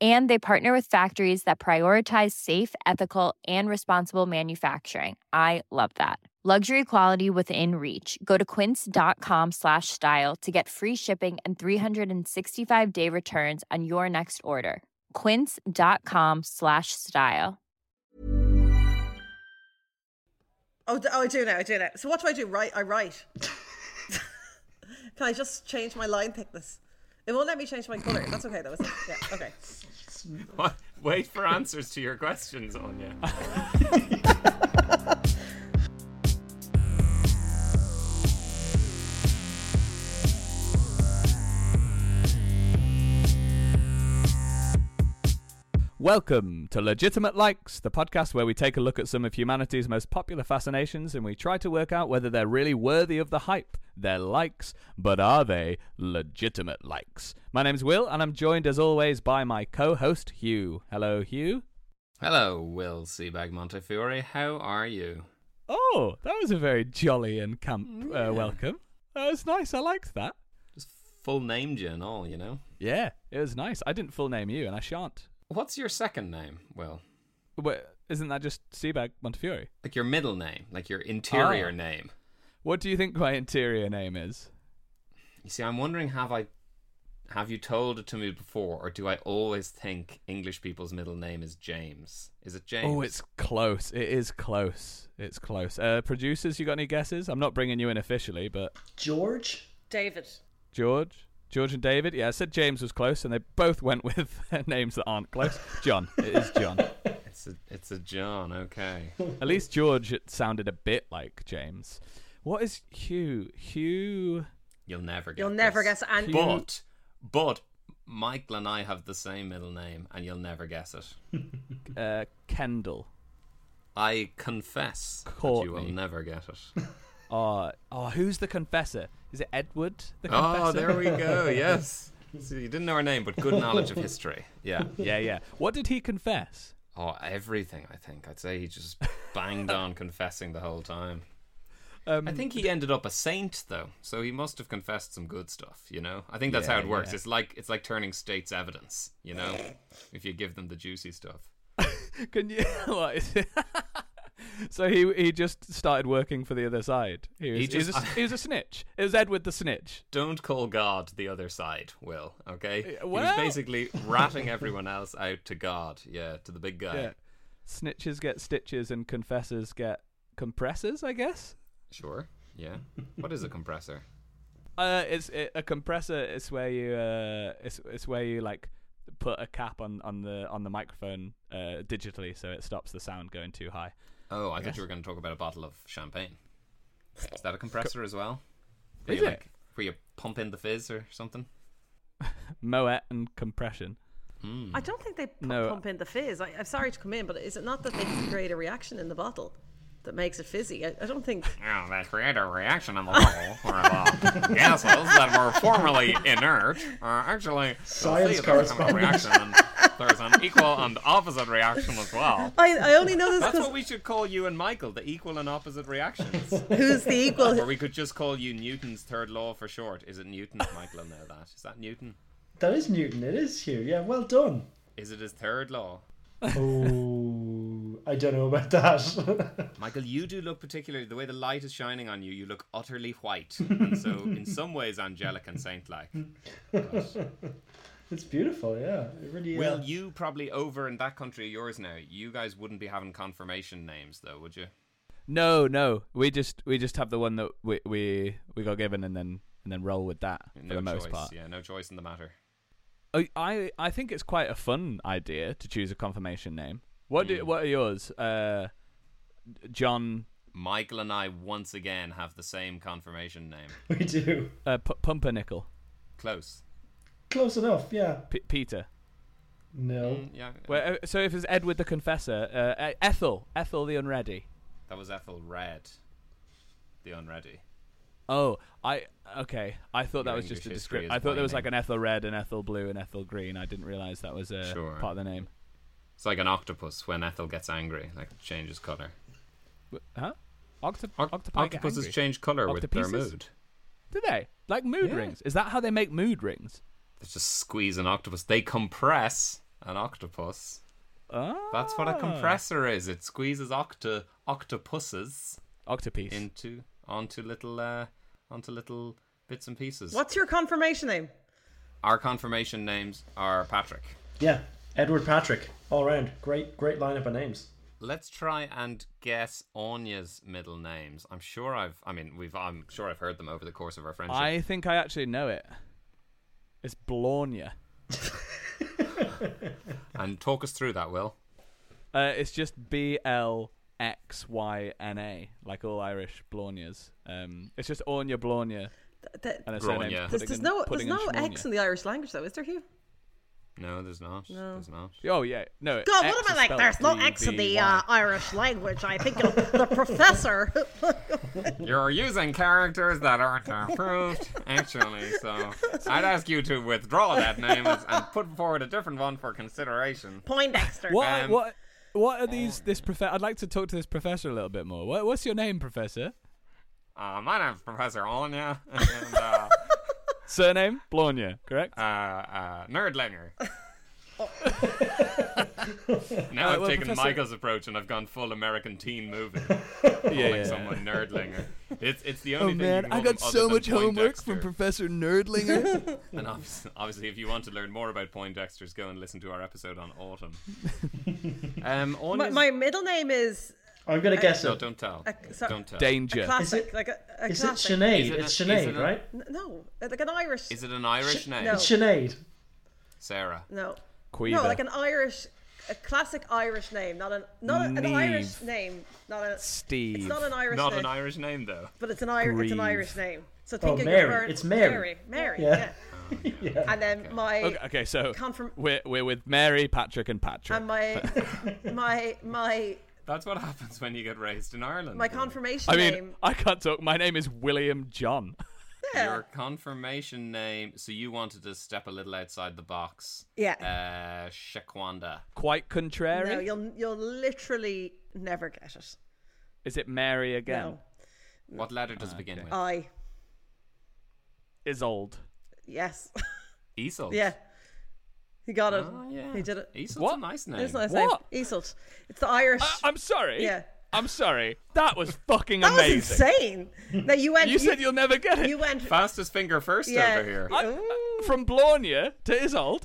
and they partner with factories that prioritize safe ethical and responsible manufacturing i love that luxury quality within reach go to quince.com slash style to get free shipping and 365 day returns on your next order quince.com slash style Oh, d- oh, I do now. I do now. So what do I do? Right, I write. Can I just change my line thickness? It won't let me change my color. That's okay though. Isn't it? Yeah. Okay. What? Wait for answers to your questions, Anya. Welcome to Legitimate Likes, the podcast where we take a look at some of humanity's most popular fascinations and we try to work out whether they're really worthy of the hype. They're likes, but are they legitimate likes? My name's Will, and I'm joined as always by my co host, Hugh. Hello, Hugh. Hello, Will Seabag Montefiore. How are you? Oh, that was a very jolly and camp uh, welcome. That was nice. I liked that. Just full named you and all, you know. Yeah, it was nice. I didn't full name you, and I shan't. What's your second name, Will? Wait, isn't that just Seabag Montefiore? Like your middle name, like your interior Ah. name. What do you think my interior name is? You see, I'm wondering have I have you told it to me before, or do I always think English people's middle name is James? Is it James? Oh, it's close. It is close. It's close. Uh, producers, you got any guesses? I'm not bringing you in officially, but George? David. George, George and David. Yeah, I said James was close, and they both went with names that aren't close. John. It is John. it's a, it's a John. Okay. At least George it sounded a bit like James. What is Hugh? Hugh. You'll never get. You'll never this. guess. And But but Michael and I have the same middle name, and you'll never guess it. Uh, Kendall. I confess that you will Courtney. never get it. Oh, oh, who's the confessor? Is it Edward the confessor? oh, there we go. Yes. So you didn't know her name, but good knowledge of history. Yeah. Yeah, yeah. What did he confess? Oh, everything. I think I'd say he just banged on confessing the whole time. Um, I think he ended up a saint though, so he must have confessed some good stuff, you know. I think that's how Yeah, it works. yeah. It's like it's like turning state's evidence, you know, if you give them the juicy stuff. Can you? What is it? so he he just started working for the other side. He was, He he was, just- a, he was a snitch. It was Edward the snitch. Don't call God the other side, Will. Okay, Uh, he was well- basically ratting everyone else out to God. Yeah, to the big guy. Yeah. Snitches get stitches and confessors get compressors. I guess. Sure. Yeah. What is a compressor? Uh, it's it, a compressor. It's where you uh, it's it's where you like put a cap on on the on the microphone uh digitally so it stops the sound going too high. Oh, I thought Yes. you were going to talk about a bottle of champagne. Is that a compressor as well? Is you it? where you pump in the fizz or something? Moet and compression. I don't think they pu- No. pump in the fizz. I, I'm sorry to come in, but is it not that they create a reaction in the bottle that makes it fizzy? I, I don't think. Oh, they create a reaction in the bottle where the gases that were formerly inert are actually Science see, there's kind of a correspondent. reaction and there's an equal and opposite reaction as well. I, I only know this That's what because we should call you and Michael, the equal and opposite reactions. who's the or equal? we could just call you Newton's third law for short. Is it Newton? Michael, I know that. Is that Newton? That is Newton. It is Hugh. Yeah, well done. Is it his third law? Oh, I don't know about that. Michael, you do look particularly the way the light is shining on you. You look utterly white, and so in some ways angelic and saint-like. it's beautiful. Yeah, it really. Will uh, you probably over in that country of yours now? You guys wouldn't be having confirmation names though, would you? No, no. We just we just have the one that we we, we got given and then and then roll with that for No the most choice. part. Yeah, no choice in the matter. Oh, I I think it's quite a fun idea to choose a confirmation name. What Mm. do, what are yours? Uh, John Michael and I once again have the same confirmation name. We do. uh, P- Pumpernickel, Close. Close enough. Yeah. P- Peter. No. Yeah. Well, uh, so if it's Edward the Confessor, uh, E- Ethel, Ethel the Unready. That was Ethel Red. The unready. Oh, I okay. I thought that Your was just a English history description. is I thought there was like an waning. Ethel Red and Ethel Blue and Ethel Green. I didn't realize that was uh, Sure. part of the name. It's like an octopus when Ethel gets angry, like changes color. Wh- Huh? Octo- Oct- octopi get octopuses angry. change color with their Octopuses? mood. Do they? Like mood Yeah. rings. Is that how they make mood rings? They just squeeze an octopus. They compress an octopus. Oh. That's Ah. what a compressor is. It squeezes octa octopuses Octopiece. into onto little uh, onto little bits and pieces. What's your confirmation name? Our confirmation names are Patrick. Yeah. Edward Patrick. All round. Great. Great lineup of names. Let's try and guess Anya's middle names. I'm sure I've. I mean, we've. I'm sure I've heard them over the course of our friendship. I think I actually know it. It's Blornia. And talk us through that, Will. Uh, it's just B L X Y N A, like all Irish Blornias. Um, it's just Ornia Blornia, Th- th- and it's Grania. surname's There's, there's Pudding There's- and- no there's Pudding and no X Schmornia. in the Irish language though, is there, Hugh? No, there's not. There's not. Oh yeah, no. God, X what am is I like? spelled E There's no X in the uh, B-B-Y. Irish language. I think of the professor. You're using characters that aren't approved, actually. So I'd ask you to withdraw that name as- and put forward a different one for consideration. Poindexter. What? Um, oh, what? What are these? This professor. I'd like to talk to this professor a little bit more. What, what's your name, professor? Uh, my name's Professor Anya, and uh, Surname Blornia, correct? uh, uh, Nerdlinger. now I've Uh, well, taken Professor- Michael's approach and I've gone full American teen movie, yeah, Oh, calling someone Nerdlinger. It's it's the only thing. you can call them other than Poindexter. Professor Nerdlinger. And obviously, obviously, if you want to learn more about Poindexters, go and listen to our episode on autumn. um, on My, Uh, my middle name is I'm gonna guess no, it. don't tell. sorry. Don't tell. Danger. Is classic, it- like a, a Is it classic. Sinead? Is it a- it's is Sinead, it a- right? N- No, like an Irish. Is it an Irish name? no. It's Sinead. Sarah. No, Queever. no, like an Irish, a classic Irish name, not an not a, an Neve. Irish name, not a. Steve. It's not an Irish Not name, an Irish name though. but it's an Irish. It's an Grieve. Irish name. So think of Oh, Mary. Your bird, It's Mary. Mary. Mary, Yeah. Yeah. And then my Okay, okay, so Confirm- we're we're with Mary, Patrick, and Patrick. and my my my That's what happens when you get raised in Ireland. my really. confirmation I mean, name. I can't talk. My name is William John. Your confirmation name. So you wanted to step a little outside the box. Yeah. Uh, Shaquanda. Quite contrary. No, you'll you'll literally never get it. is it Mary again? No, What letter does it begin with? I Is old. yes, Isolt. yeah. He got it. Oh, yeah. He did it. Isolt's What? a nice name. It's not his What? name. Isolt. It's the Irish. I- I'm sorry. Uh, Yeah. I'm sorry. That was fucking that amazing. was insane. Now you went. You said you'll never get it. you went. Fastest finger first Yeah. over here. I- uh, from Blornia to Isold.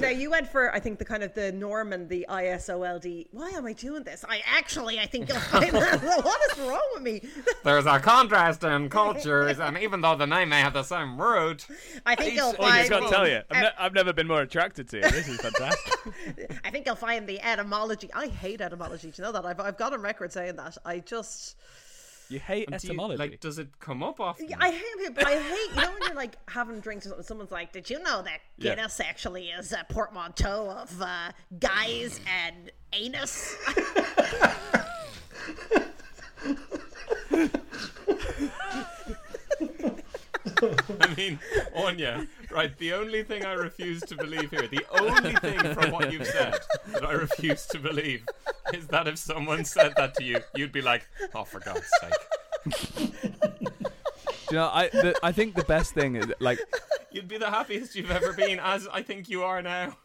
Now you went for I think the kind of the Norman, the I S O L D. Why am I doing this? I actually I think you'll find that. What is wrong with me? There's a contrast in cultures, and even though the name may have the same root, I think you'll Isolt. Oh, I you find. just gotta tell you, the- I've, ne- I've never been more attracted to you. This is fantastic. I think you'll find the etymology. I hate etymology. Do you know that? I've I've got on record saying that. I just. you hate do you- etymology. like, does it come up often? Yeah, I hate it. I hate you know when you're like having drinks or something. Someone's like, "Did you know that Yeah. Guinness actually is a portmanteau of uh, guys and anus?" I mean, Anya, right, the only thing I refuse to believe here, the only thing from what you've said that I refuse to believe is that if someone said that to you, you'd be like, oh, for God's sake. Do you know, I the, I think the best thing is like You'd be the happiest you've ever been, as I think you are now.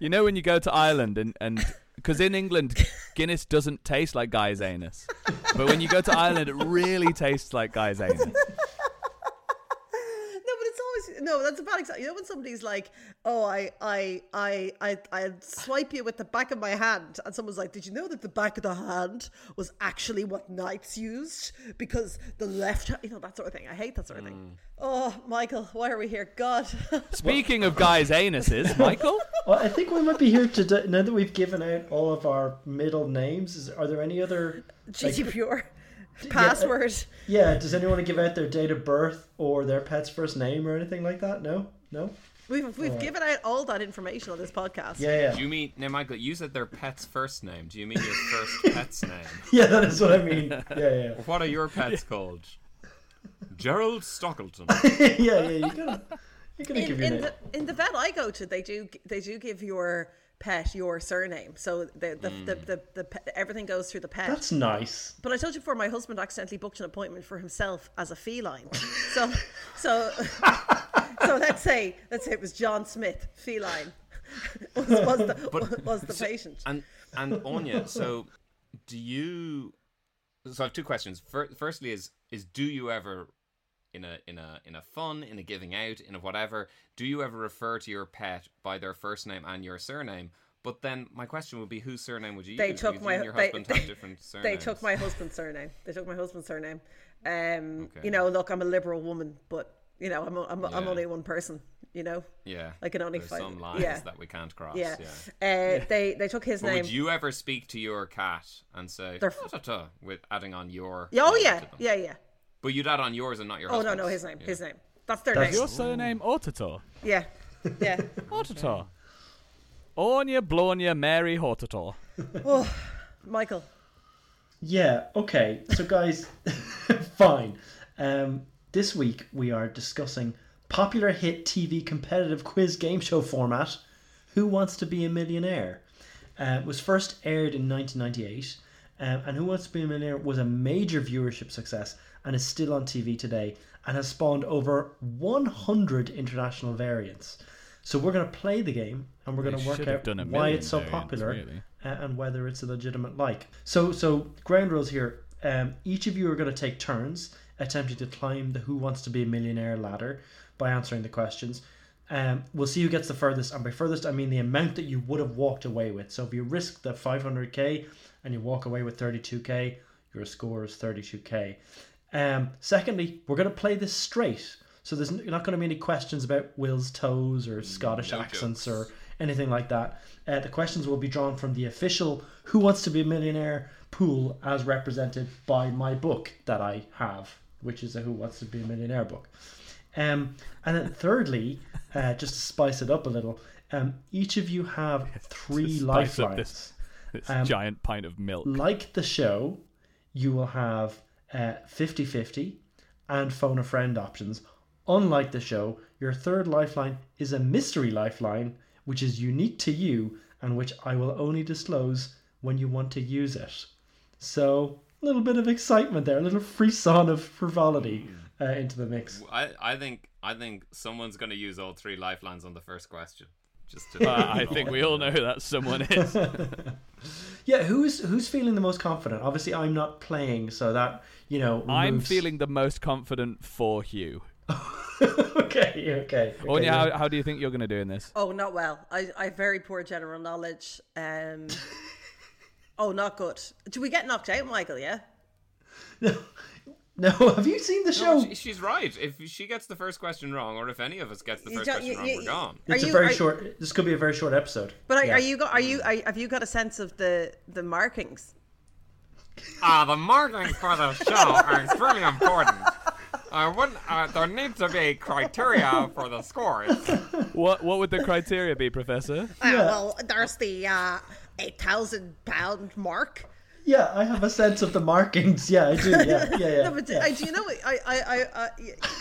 you know when you go to Ireland and and because in England Guinness doesn't taste like guy's anus, but when you go to Ireland it really tastes like guy's anus. No, but it's always no. That's a bad example. You know when somebody's like, "Oh, I, I, I, I, I swipe you with the back of my hand," and someone's like, "Did you know that the back of the hand was actually what knights used because the left, you know, that sort of thing." I hate that sort of thing. Oh, Michael, why are we here? God, Speaking of guy's anuses, Michael, Well, Oh, I think we might be here today. Now that we've given out all of our middle names, is, are there any other? GT Pure, password. Yeah, does anyone want to give out their date of birth or their pet's first name or anything like that? No, no. We've we've given out all that information on this podcast. Yeah, Do yeah, you mean, now, Michael, you said their pet's first name. Do you mean your first pet's name? yeah. That is what I mean. Yeah, What are your pets called? Gerald Stockleton. yeah, yeah, yeah. You gotta, you gotta In, give your in name. the in the vet I go to, they do they do give your pet your surname, so the the the, the, the pet, everything goes through the pet. Hmm. That's nice. But I told you before, my husband accidentally booked an appointment for himself as a feline. So, so, so let's say let's say it was John Smith, feline, was, was the was the patient. And and Anya, so do you? So I have two questions. Fir- firstly, is is do you ever, in a in a in a fun, in a giving out, in a whatever, do you ever refer to your pet by their first name and your surname? But then my question would be, whose surname would you They use? took Because you my- and your they- husband they- have different surnames. They took my husband's surname. They took my husband's surname. Um, Okay. you know, look, I'm a liberal woman, but you know, I'm o- I'm, I'm Yeah. only one person. You know, Yeah, I can only there's find- some lines yeah. that we can't cross. Yeah. yeah. Uh, they they took his But name. would you ever speak to your cat and say They're- "Ta-ta-ta," with adding on your? Yeah, oh name yeah, to them? yeah, yeah. But you'd add on yours and not your. Oh no, husband's. no, his name, Yeah. his name. That's their That's- name. your surname Autotor, Yeah, yeah. Autotor, Ornia Blornia Mary Hortator. oh, Michael. Yeah, okay. So, guys, fine. Um, this week we are discussing popular hit TV competitive quiz game show format Who Wants to Be a Millionaire? Uh, it was first aired in 1998, um, and Who Wants to Be a Millionaire was a major viewership success and is still on TV today and has spawned over 100 international variants. So, we're going to play the game and we're going to work should have out done a why million it's so variants, popular really. a- uh, and whether it's a legitimate like. So, so ground rules here. Um, each of you are going to take turns attempting to climb the Who Wants to Be a Millionaire ladder by answering the questions. Um, we'll see who gets the furthest, and by furthest, I mean the amount that you would have walked away with. So, if you risk the 500k and you walk away with 32k, your score is 32k. Um, secondly, we're going to play this straight. So there's n- not going to be any questions about Will's toes or Scottish accents or anything like that. Uh, the questions will be drawn from the official Who Wants to Be a Millionaire pool as represented by my book that I have, which is a Who Wants to Be a Millionaire book. Um, and then thirdly, uh, just to spice it up a little, um, each of you have three spice up this- lifelines This giant pint of milk. Um, like the show, you will have 50 50 and phone a friend options. Unlike the show, your third lifeline is a mystery lifeline, which is unique to you and which I will only disclose when you want to use it. So, a little bit of excitement there, a little frisson of frivolity uh, into the mix. I, I think I think someone's going to use all three lifelines on the first question. Just to Uh, I think we all know who that someone is. Yeah, who's who's feeling the most confident? Obviously, I'm not playing, so that you know. I'm removes- feeling the most confident for Hugh. okay, okay. okay, Ornia, yeah. how, how do you think you're going to do in this? Oh, not well. I, I have very poor general knowledge. Um, oh, not good. Do we get knocked out, Michael? Yeah. No, have you seen the show? No, she, she's right. If she gets the first question wrong, or if any of us gets the You first don't- question you- wrong, you- we're gone. Are it's you- a very are- short. This could be a very short episode. But are, Yeah. are you go- are you Mm. are, have you got a sense of the the markings? Ah, the markings for the show are extremely important. I wouldn't. Uh, there needs to be criteria for the scores. What what would the criteria be, Professor? Ah, well, there's the uh, eight thousand pound mark. Yeah, I have a sense of the markings. Yeah, I do. Yeah, yeah, yeah. No, but yeah. I, do you know what? I, I, I, I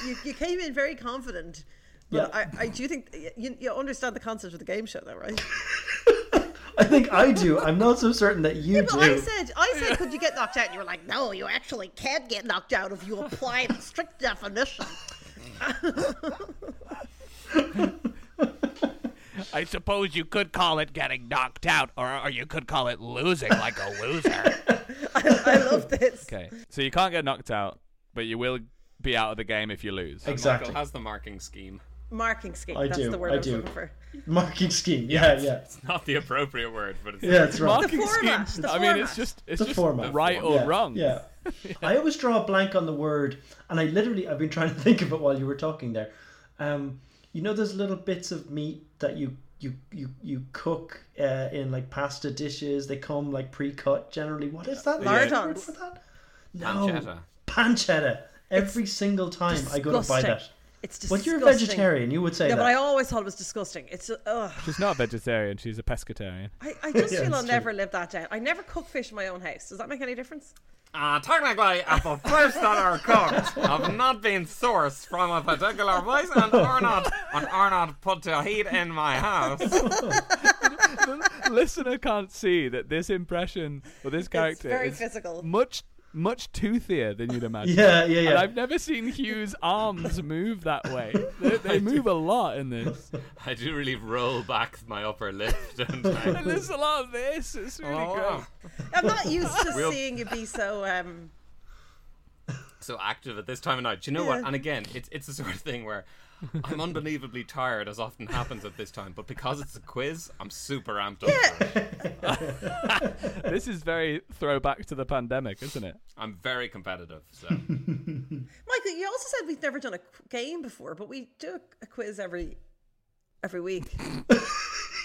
you, you came in very confident. But Yeah. I, I do think you, you understand the concept of the game show, though, right? I think I do. I'm not so certain that you But do. I said, I said, could you get knocked out? And you were like, no, you actually can get knocked out if you apply the strict definition. I suppose you could call it getting knocked out, or, or you could call it losing like a loser. I love this. Okay. So you can't get knocked out, but you will be out of the game if you lose. exactly. Michael has the marking scheme. Marking scheme. I that's do, the word I I was do. looking for. Marking scheme. Yeah, yeah. Not the appropriate word, but it's Yeah, that's right. Marking format, schemes. the I mean, it's format. just it's The just format. right The or yeah, wrong. Yeah. I always draw a blank on the word, and I literally I've been trying to think of it while you were talking there. Um, you know those little bits of meat that you you you you cook uh, in like pasta dishes. They come like pre-cut generally. What is that? Lardons. Word for that? No. pancetta. Pancetta. Every single time I go to buy disgusting. that. It's But disgusting. you're a vegetarian. You would say Yeah, that. but I always thought it was disgusting. It's uh, ugh. She's not a vegetarian. She's a pescatarian. I, I just Yeah, feel it's I'll true. never live that down. I never cook fish in my own house. Does that make any difference? Uh, technically, if the fish that are cooked have not been sourced from a particular place and are not and are not put to heat in my house, listener can't see that this impression or this character very is physical. much much toothier than you'd imagine. Yeah, yeah, And yeah. I've never seen Hugh's arms move that way. They, they move a lot in this. I do really roll back my upper lip, don't I? And there's a lot of this. It's really Oh. I'm not used to We'll- seeing you be so. Um, so active at this time of night. Do you know what? And again, it's it's the sort of thing where I'm unbelievably tired, as often happens at this time. But because it's a quiz, I'm super amped up. for it. great. This is very throwback to the pandemic, isn't it? I'm very competitive. So Michael, you also said we've never done a qu- game before, but we do a, a quiz every every week.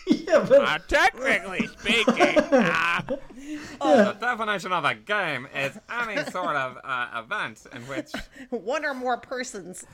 yeah, but Uh, technically speaking, uh, the definition of a game is any sort of uh, event in which One or more persons.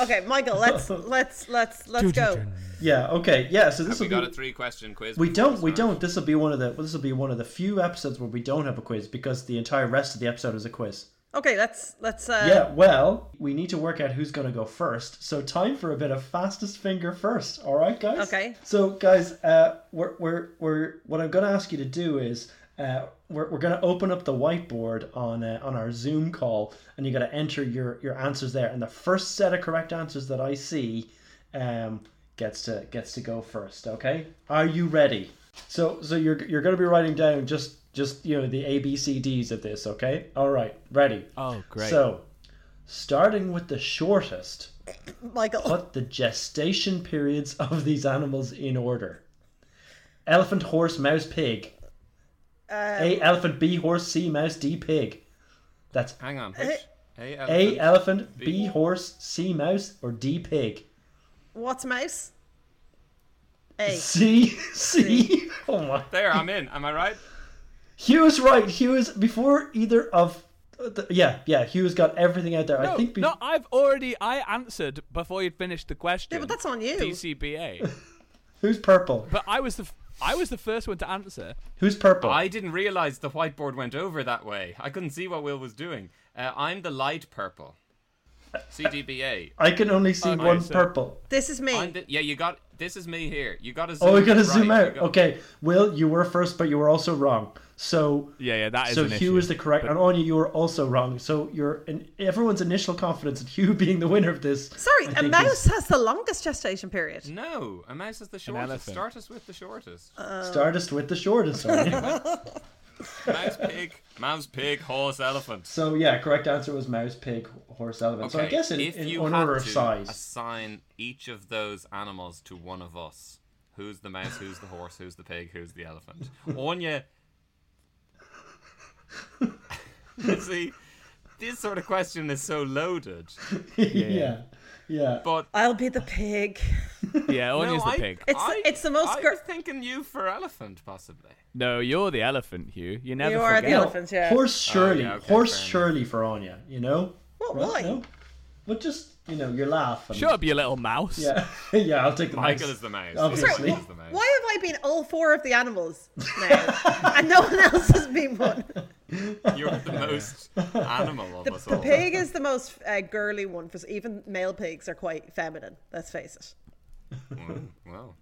okay, Michael, let's let's let's let's go. yeah. Okay. Yeah. So this we will be. got a three question quiz. We before don't. We started. don't. This will be one of the. This will be one of the few episodes where we don't have a quiz because the entire rest of the episode is a quiz. Okay, let's let's. Uh, yeah. Well, we need to work out who's going to go first. So time for a bit of fastest finger first. All right, guys. Okay. So guys, uh, we're we're we're. What I'm going to ask you to do is. Uh, we're, we're going to open up the whiteboard on uh, on our Zoom call, and you got to enter your, your answers there. And the first set of correct answers that I see um, gets to gets to go first. Okay, are you ready? So so you're you're going to be writing down just just you know the A B C D's of this. Okay, all right, ready. Oh, great. So starting with the shortest, Michael. put the gestation periods of these animals in order. Elephant, horse, mouse, pig. A elephant, B horse, C mouse, D pig. That's Hang on. Which? A, A elephant. elephant, B horse, C mouse, or D pig. What's mouse? A. C C. Oh my. There, I'm in. Am I right? Hugh is right. Hugh is before either of. The, yeah, yeah. Hugh's got everything out there. I No, think. Be- no, I've already I answered before you'd finished the question. Yeah, but that's on you. DCBA. Who's purple? But I was the f- I was the first one to answer. Who's purple? I didn't realize the whiteboard went over that way. I couldn't see what Will was doing. Uh, I'm the light purple. CDBA. I can only see Okay, one so- purple. This is me. I'm the, yeah, you got. This is me here. You got to zoom Oh, we gotta right, zoom out. you got- Okay, Will, you were first, but you were also wrong. So Yeah, yeah, that is so an Hugh issue, is the correct, and Anya, you were also wrong. So you're in everyone's initial confidence in Hugh being the winner of this. Sorry, I a think mouse has the longest gestation period. No, a mouse is the shortest. elephant. Start us with the shortest. is Stardust with the shortest. Anya. mouse, pig, mouse, pig, horse, elephant. so yeah, correct answer was mouse, pig, horse, elephant. so I guess in, if in you had order of to size. assign each of those animals to one of us. Who's the mouse? Who's the horse? Who's the pig? Who's the elephant? Anya. You see, this sort of question is so loaded. yeah, yeah. But I'll be the pig. Yeah, no, Anya's I, the pig. It's- I- it's the most I gr- was thinking you for elephant, possibly. No, you're the elephant, Hugh. You never You are forget. the elephant, yeah. Horse surely, Oh, yeah, okay, horse fair enough. surely for Anya. You know What? Right? Why? No? But just you know, your laugh. And, Shut up, you little mouse. Yeah, yeah, I'll take the Michael mouse. is the mouse. Obviously. Sorry, Michael wh- is the mouse. why have I been all four of the animals now? and no one else has been one. You're the most animal of The, us the all. pig is the most uh, girly one, because even male pigs are quite feminine, let's face it. Well,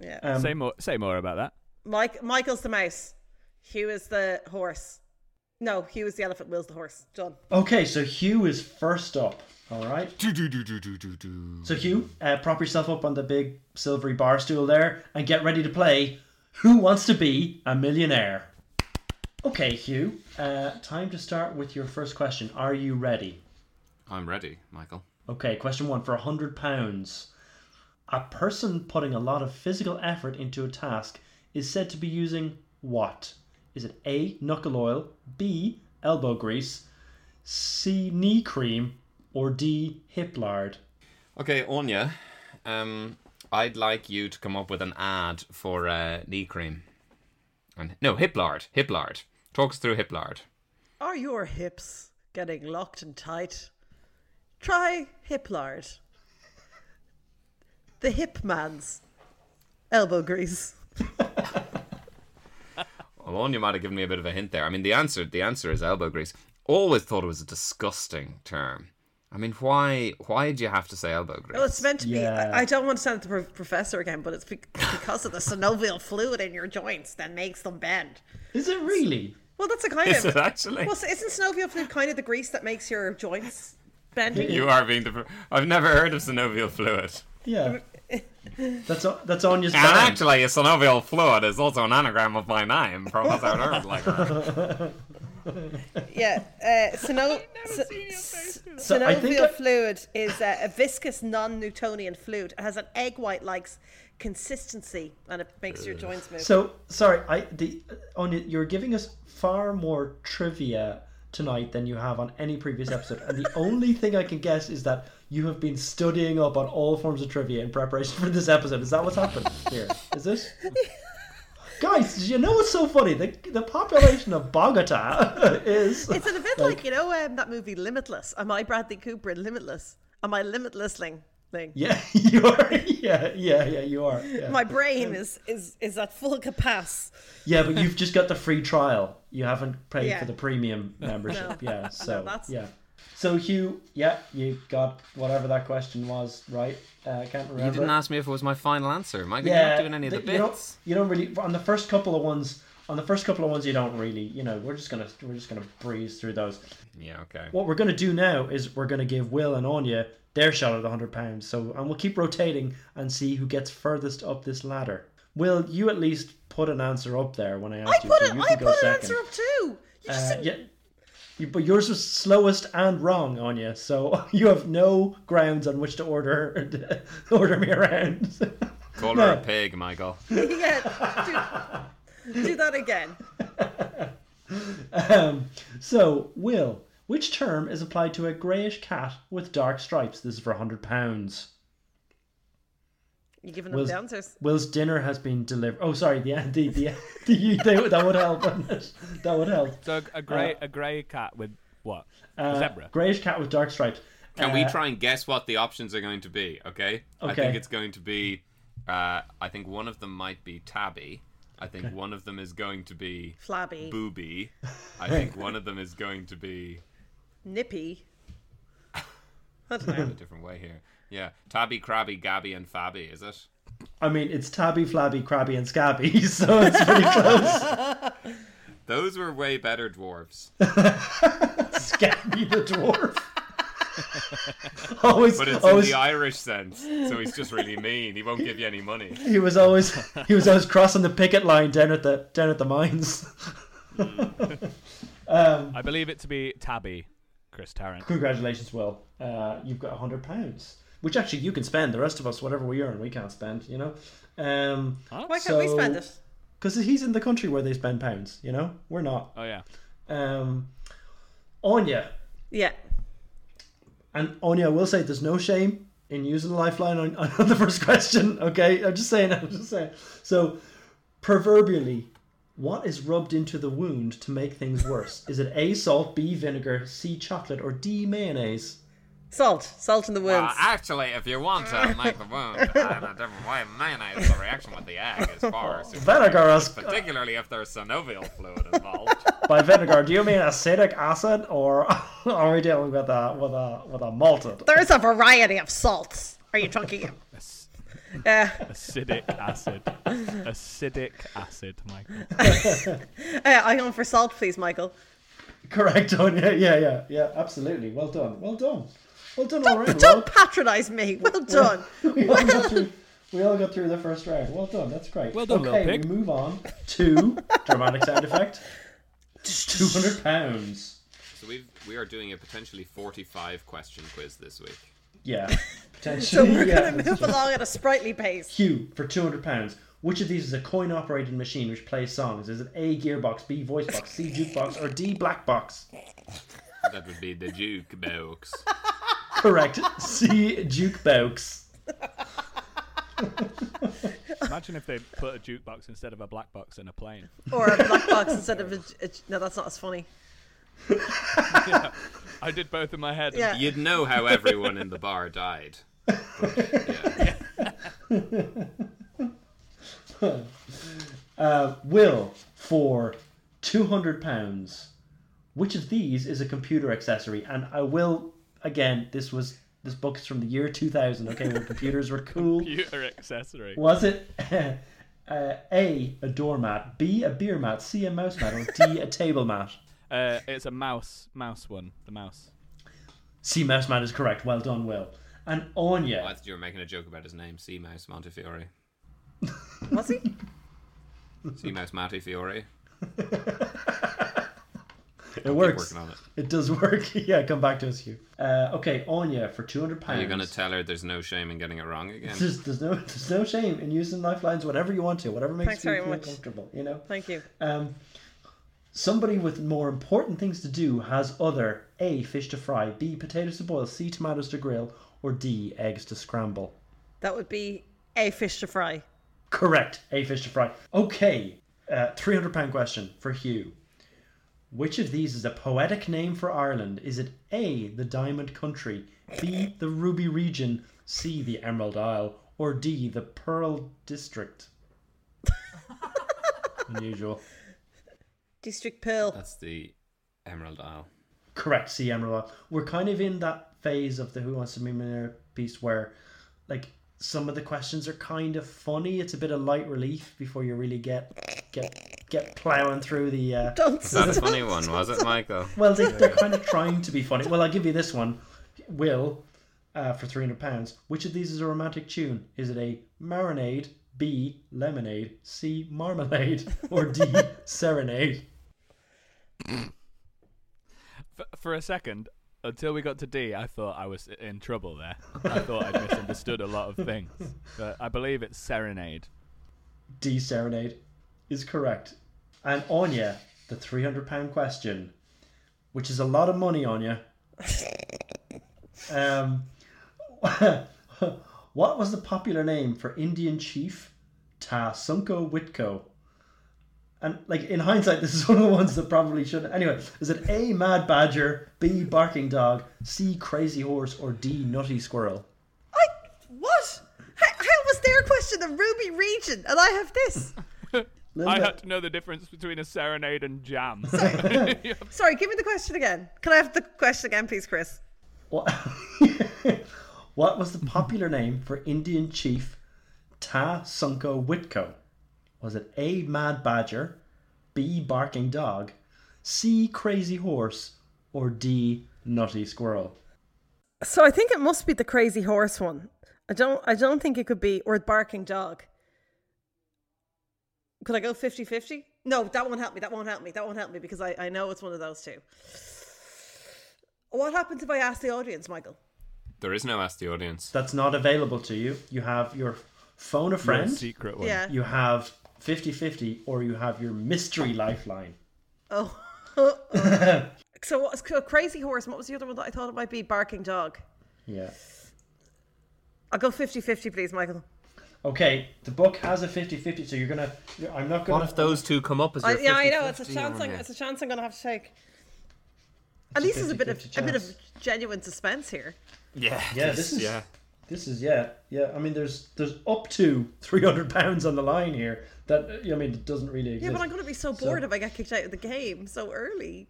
Yeah. um, Say more. Say more about that. Mike, Michael's the mouse. Hugh is the horse. No, Hugh is the elephant, Will's the horse. Done. Okay, so Hugh is first up. All right. do do do do do do do. So Hugh, uh, prop yourself up on the big silvery bar stool there and get ready to play. Who wants to be a millionaire? Okay, Hugh. Uh, time to start with your first question. Are you ready? I'm ready, Michael. Okay, question one for a hundred pounds. A person putting a lot of physical effort into a task is said to be using what? Is it A knuckle oil, B elbow grease, C knee cream, or D hip lard? Okay, Anya, um, I'd like you to come up with an ad for uh, knee cream. And no, hip lard, hip lard. Talk us through hip lard. Are your hips getting locked and tight? Try hip lard. The hip man's elbow grease. Well, Anya might have given me a bit of a hint there. I mean, the answer, the answer is elbow grease. Always thought it was a disgusting term. I mean, why, why do you have to say elbow grease? Well, it's meant to be. Yeah. I, I don't want to sound the pro- professor again, but it's bec- because of the synovial fluid in your joints that makes them bend. Is it really? Well, that's a kind Is of. it actually? Well, so isn't synovial fluid kind of the grease that makes your joints bend? You are being. Dep- I've never heard of synovial fluid. Yeah. That's on, that's on your And side. actually, synovial fluid is also an anagram of my name from what I've heard. Like, that. Yeah, uh, syno- sy- sy- So I synovial think I- fluid is uh, a viscous non-Newtonian fluid. It has an egg white-like s- consistency, and it makes your joints move. So sorry, I the on you're giving us far more trivia tonight than you have on any previous episode, and the only thing I can guess is that you have been studying up on all forms of trivia in preparation for this episode. Is that what's happened here? Is this? Guys, did you know what's so funny? The, the population of Bogota is it's a bit like, you know um, that movie Limitless. Am I Bradley Cooper in Limitless? Am I limitlessling? Thing. yeah, you are yeah yeah yeah you are yeah. My brain is is is at full capacity. yeah, but you've just got the free trial. You haven't paid Yeah. for the premium membership. Yeah, so that's- yeah. So Hugh, yeah, you got whatever that question was, right? Uh, I can't remember. you didn't ask me if it was my final answer. Michael, yeah, you're not doing any of the th- bits. you don't, you don't really on the first couple of ones. On the first couple of ones, you don't really. You know, we're just gonna we're just gonna breeze through those. Yeah, okay. What we're gonna do now is we're gonna give Will and Anya their shot at the hundred pounds. So and we'll keep rotating and see who gets furthest up this ladder. Will you at least put an answer up there when I I asked you? put so it. you I can go put an second. answer up too. You just Uh, didn't- yeah. You- But yours was slowest and wrong, Anya. So you have no grounds on which to order order me around. Call her a pig, Michael. yeah. Do, do that again. um, so Will, which term is applied to a greyish cat with dark stripes? This is for hundred pounds. You're giving them Will's, the answers. Will's dinner has been delivered. Oh, sorry. The the the, the, the that would help. wouldn't it? That would help. So a grey, a grey cat with what? Uh, a zebra. Greyish cat with dark stripes. Can we Uh, try and guess what the options are going to be? Okay. I Okay. think it's going to be. Uh, I think one of them might be tabby. I think one of them is going to be Flabby, booby. I think one of them is going to be nippy. I don't a know. different way here. Yeah, tabby, crabby, gabby, and fabby. Is it? I mean, it's tabby, flabby, crabby, and scabby. So it's pretty close. Those were way better dwarves. Scabby the dwarf. always, But it's in always the Irish sense, so he's just really mean. He won't give you any money. he was always he was always crossing the picket line down at the down at the mines. I believe it to be Tabby, Chris Tarrant. Congratulations, Will. Uh, you've got a hundred pounds, which actually you can spend. The rest of us, whatever we earn, we can't spend. You know, um, Why can't we spend it? because he's in the country where they spend pounds. You know, we're not. Oh yeah. Um, Anya Yeah. and Anya, I will say there's no shame in using the lifeline on, on the first question. Okay, I'm just saying. I'm just saying. So, proverbially, what is rubbed into the wound to make things worse? is it A salt, B vinegar, C chocolate, or D mayonnaise? Salt, salt in the wounds. Well, Uh, actually, if you want to make the wound uh, in a different way, mayonnaise, the reaction with the egg is far superior, Vinegar is- particularly if there's synovial fluid involved. By vinegar, do you mean acetic acid, or are we dealing with a with a with a malted? There's a variety of salts. Are you talking? Uh, Acidic acid. Acidic acid, Michael. uh, I am for salt, please, Michael. Correct, Tonya. Yeah, yeah, yeah. Absolutely. Well done. Well done. Well done already. Well- Don't patronise me. Well done. we all got through. We all got through the first round. Well done. That's great. Well done, little okay, pig. we move on to dramatic sound effect. Two hundred pounds. So we've, we are doing a potentially 45 question quiz this week. Yeah, So potentially. we're yeah, going to that's move true. along at a sprightly pace. Q for two hundred pounds. Which of these is a coin-operated machine which plays songs? Is it A gearbox, B voice box, C jukebox, or D black box? That would be the jukebox. Correct. C jukebox. Imagine if they put a jukebox instead of a black box in a plane. Or a black box instead of a, a. No, that's not as funny. I did both in my head. Yeah. You'd know how everyone in the bar died. But, yeah. Uh, Will for two hundred pounds. Which of these is a computer accessory? And I will again. This was this book is from the year two thousand. Okay, when computers were cool. Computer accessory. Was it uh, A a doormat, B a beer mat, C a mouse mat, or D a table mat? Uh, it's a mouse. Mouse one. The mouse. C mouse mat is correct. Well done, Will. And Anya. I thought you were making a joke about his name, Sea Mouse Montefiore. Was he? Sea Mouse Montefiore. it works. Working on it. It does work. yeah, come back to us, Hugh. Uh, okay, Anya for two hundred pounds. You're gonna tell her there's no shame in getting it wrong again. There's, there's no there's no shame in using lifelines whatever you want to whatever makes Thanks you very feel much. comfortable you know Thank you. um somebody with more important things to do has other a fish to fry b potatoes to boil c tomatoes to grill or d eggs to scramble That would be a fish to fry. correct a fish to fry okay uh, 300 pound question for Hugh which of these is a poetic name for Ireland is it a the diamond country b the ruby region c the emerald isle or d the pearl district unusual District Uh, Pearl. That's the Emerald Isle. Correct, see Emerald. Isle. We're kind of in that phase of the Who Wants to Be a Millionaire piece where, like, some of the questions are kind of funny. It's a bit of light relief before you really get get get plowing through the. Uh... Don't It's not a funny one, was it, Michael? Well, they, they're kind of trying to be funny. Well, I'll give you this one, Will, uh, for three hundred pounds. Which of these is a romantic tune? Is it a marinade? B lemonade, C marmalade, or D serenade? F- for a second, until we got to D, I thought I was in trouble there. I thought I'd misunderstood a lot of things. But I believe it's serenade. D Serenade is correct. And Anya, the 300 pound question, which is a lot of money, Anya. um, what was the popular name for Indian chief Ta Sunko Witko? And like in hindsight, this is one of the ones that probably should. Anyway, is it A Mad Badger, B Barking Dog, C Crazy Horse, or D Nutty Squirrel? I what? How, how was their question the Ruby region, and I have this? I bit- had to know the difference between a serenade and jam. Sorry, give me the question again. Can I have the question again, please, Chris? What, what was the popular name for Indian chief Ta Sunko Witko? Was it A. Mad Badger, B. Barking Dog, C. Crazy Horse, or D. Nutty Squirrel? So I think it must be the crazy horse one. I don't. I don't think it could be or barking dog. Could I go 50-50? No, that won't help me. That won't help me. That won't help me because I, I know it's one of those two. What happens if I ask the audience, Michael? There is no Ask the Audience. That's not available to you. You have your phone a Friend? friend, Secret one. Yeah. you have 50 50, or you have your mystery lifeline. Oh. so what was a crazy horse? And what was the other one that I thought it might be? Barking dog. Yeah. I'll go 50-50, please, Michael. Okay, the book has a 50 50, so you're gonna. you're- I'm not gonna. What if those two come up as I, your yeah, I know. It's 50-50 a chance. I'm, on it's you? a chance I'm going to have to take. At least there's a bit of 50-50 a bit of chance. genuine suspense here. Yeah. Yeah, this is This is yeah, yeah. I mean, there's there's up to three hundred pounds on the line here. That I mean, it doesn't really exist. Yeah, but I'm going to be so So- bored if I get kicked out of the game so early.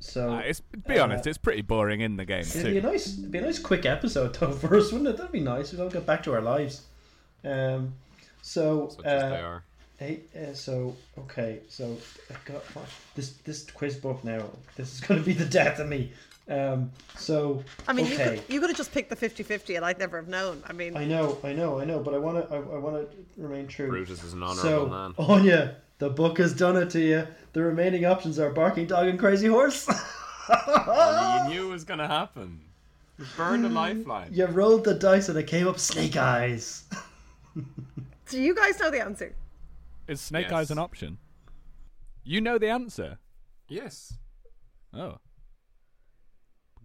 so Uh, it's, be uh, honest, it's pretty boring in the game It'd be a too. nice, it'd be a nice quick episode though for us, wouldn't it? That'd be nice. We'd all get back to our lives. Um, so, Such as they uh, are. hey, uh, so okay, so I got this this quiz book now. This is going to be the death of me. Um, so I mean, okay. you, could, you could have just picked the 50 50 and I'd never have known. I mean, I know, I know, I know, but I want to, I, I want to remain true. Brutus is an honourable so, man. Anya, the book has done it to you. The remaining options are barking dog and crazy horse. you knew it was going to happen. You burned Hmm. a lifeline. you rolled the dice and it came up snake eyes. do you guys know the answer? Is Snake Yes. Eyes an option? You know the answer. Yes. Oh.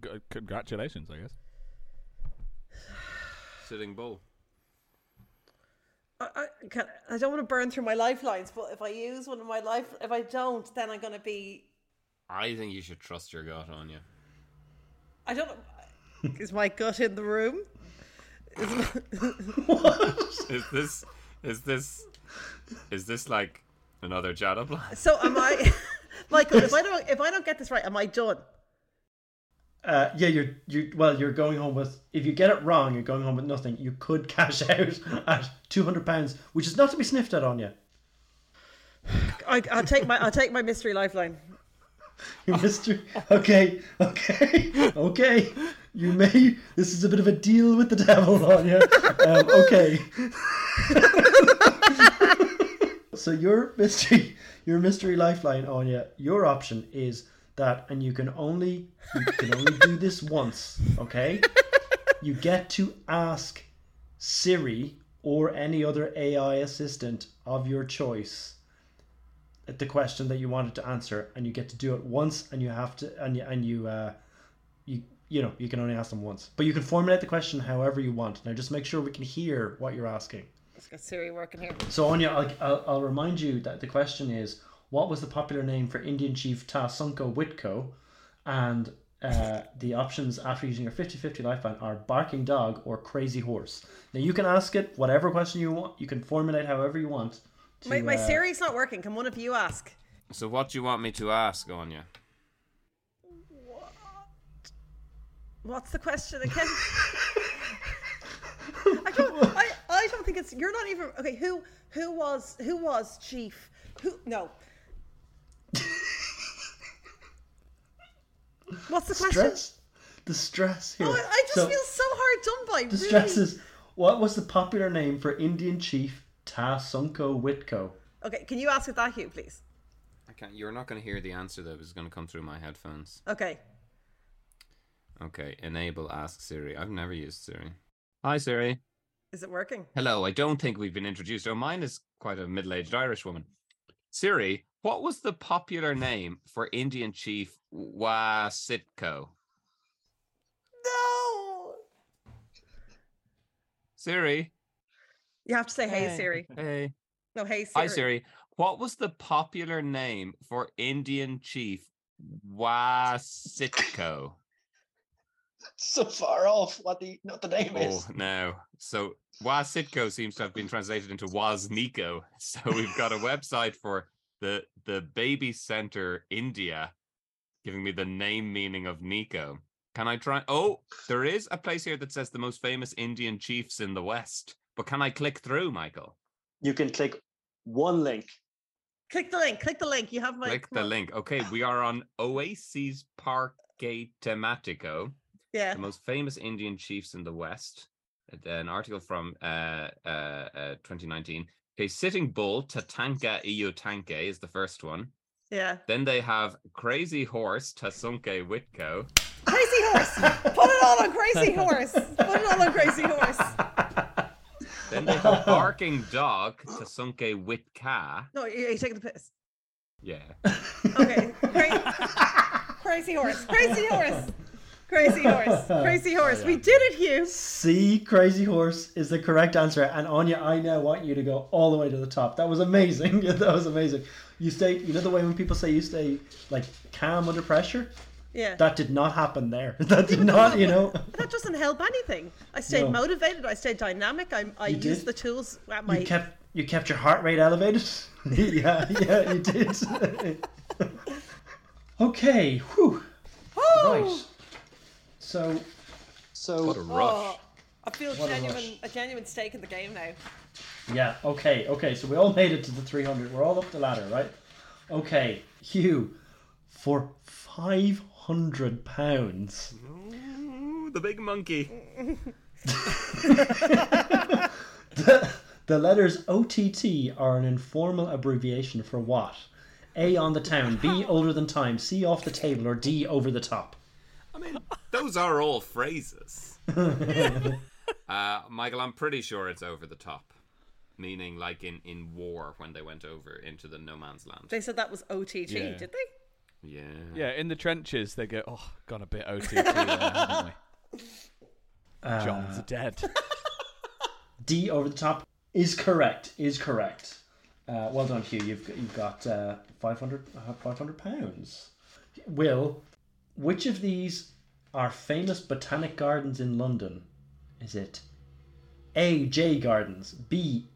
G- congratulations, I guess. Sitting bull. I, I, can, I don't want to burn through my lifelines, but if I use one of my life, if I don't, then I'm going to be. I think you should trust your gut, Anya. I don't. Is my gut in the room? Is this is this is this like another Jada blast? So am I, Michael? If I don't, if I don't get this right, am I done? Uh, yeah, you're you well. You're going home with. If you get it wrong, you're going home with nothing. You could cash out at two hundred pounds, which is not to be sniffed at, Anya. I, I'll take my, I'll take my mystery lifeline. You Mister. Okay, okay, okay. You may. This is a bit of a deal with the devil, Anya. Um, okay. so your mystery, your mystery lifeline, Anya. Your option is that, and you can only you can only do this once. Okay. You get to ask Siri or any other AI assistant of your choice at the question that you wanted to answer, and you get to do it once, and you have to, and you, and you, uh, you, you know, you can only ask them once, but you can formulate the question however you want. Now, just make sure we can hear what you're asking. Let's get Siri working here. So, Anya, I'll, I'll, I'll remind you that the question is, what was the popular name for Indian chief Tasunko Witko? And uh, the options after using your 50-50 lifeline are barking dog or crazy horse. Now, you can ask it whatever question you want. You can formulate however you want. to, My, my uh, Siri's not working. Can one of you ask? So what do you want me to ask, Anya? What's the question again? I don't. I, I don't think it's. You're not even. Okay. Who who was who was chief? Who no. What's the question? stress. The stress here. Oh, I, I just So, feel so hard done by. the really. stress is what was the popular name for Indian chief Ta Sunko Witko? Okay. Can you ask it that, Hugh, please? I can't, you're not going to hear the answer though. It's going to come through my headphones. Okay. Okay, enable ask Siri. I've never used Siri. Hi Siri. Is it working? Hello. I don't think we've been introduced. Oh, mine is quite a middle-aged Irish woman. Siri, what was the popular name for Indian chief Wasitko? No. Siri, You have to say, "Hey, Siri." Hey. No, "Hey, Siri." Hi Siri. What was the popular name for Indian chief Wasitko? so far off what the not the name Oh is. no. So Wasitko seems to have been translated into Wazniko. So we've got a website for the the baby center India giving me the name meaning of Nico. Can I try Oh, there is a place here that says the most famous Indian chiefs in the West. But can I click through, Michael? You can click one link. Click the link. Click the link. You have my. Click come the on. link. Okay, we are on Oasis Parque Tematico. Yeah. the most famous Indian chiefs in the West. uh, An article from uh, uh, uh, 2019. Okay, Sitting Bull, Tatanka Iotanke is the first one. Yeah. Then they have Crazy Horse, Tasunke Witko. Crazy horse. Put it all on crazy horse. Put it all on crazy horse. Then they have Barking Dog, Tasunke Witka. No, you- you're taking the piss. Yeah. Okay. Cra- crazy horse. Crazy horse. Crazy horse. Crazy Oh, horse. We did it, Hugh. See, crazy horse is the correct answer, and Anya, I now want you to go all the way to the top. That was amazing. that was amazing. You stay. You know the way when people say you stay like calm under pressure. Yeah. That did not happen there. That did not, you know. that doesn't help anything. I stayed No. motivated. I stayed dynamic. I, I You used did. the tools at my. You kept you kept your heart rate elevated. yeah, yeah, you did. okay, whew. Right. So So Oh, I feel a genuine, rush. a genuine stake in the game now. yeah, okay, okay. So we all made it to the 300. We're all up the ladder, right? Okay, Hugh, for 500 pounds. Ooh, the big monkey. Mm-hmm. The letters OTT are an informal abbreviation for what? A on the town, B older than time, C off the table, or D over the top. I mean, those are all phrases. uh, Michael, I'm pretty sure it's over the top. Meaning, like in, in war when they went over into the no man's land. They said that was OTT, Yeah. did they? Yeah. Yeah, in the trenches, they go, oh, got a bit OTT there, haven't we? John's dead. D over the top is correct. Is correct. Uh, well done, Hugh. You've you've got uh, 500, uh, 500 pounds. Will, which of these are famous botanic gardens in London? Is it A J Gardens, B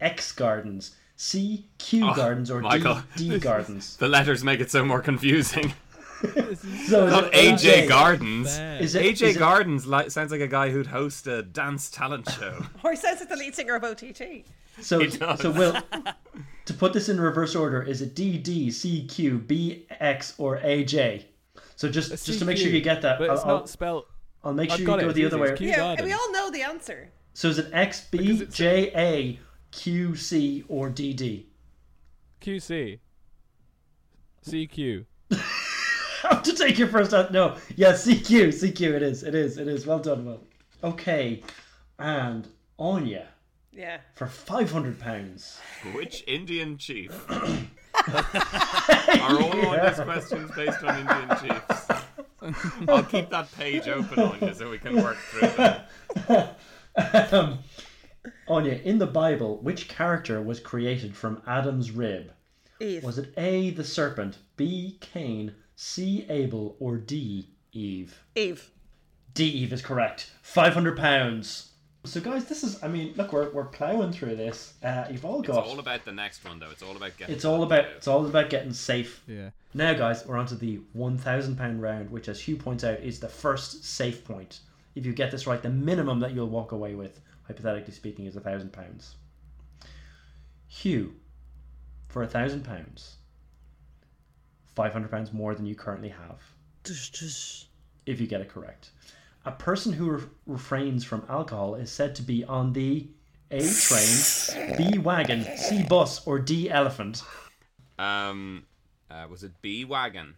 X Gardens, C Q Oh, Gardens, or Michael. D D Gardens? The letters make it so more confusing. So is Not it AJ Gardens. Is it, is AJ it- Gardens li- sounds like a guy who'd host a dance talent show. Or he says it's the lead singer of OTT. So, It does. so Will, to put this in reverse order, is it D D C Q B X or A J? So just just to make sure you get that, But I'll, it's I'll- not spelled. I'll make I've sure you got it, go it's the other easy, way. it's Kew Yeah, and Gardens. we all know the answer. So is it X B J A Q C or D D? QC. CQ. Have to take your first out. No, yeah, C Q C Q. It is. It is. It is. Well done, Will. Okay, and Anya Yeah. for five hundred pounds. Which Indian chief? Are all Anya's questions based on Indian chiefs? I'll keep that page open, Anya, so we can work through them. Anya, in the Bible, which character was created from Adam's rib? Eve. Was it A, the serpent, B, Cain, C, Abel, or D, Eve? Eve. D, Eve is correct. 500 pounds. So, guys, this is, I mean, look, we're, we're plowing through this. Uh, you've all It's got. all about the next one, though. It's all about getting. it's to all that about blue. it's all about getting safe. Yeah. Now, guys, we're onto the one thousand pound round, which, as Hugh points out, is the first safe point. If you get this right, the minimum that you'll walk away with, hypothetically speaking, is a thousand pounds. Hugh, for a thousand pounds, five hundred pounds more than you currently have, if you get it correct. A person who re- refrains from alcohol is said to be on the A train, B wagon, C bus, or D elephant. Um, uh, was it B wagon?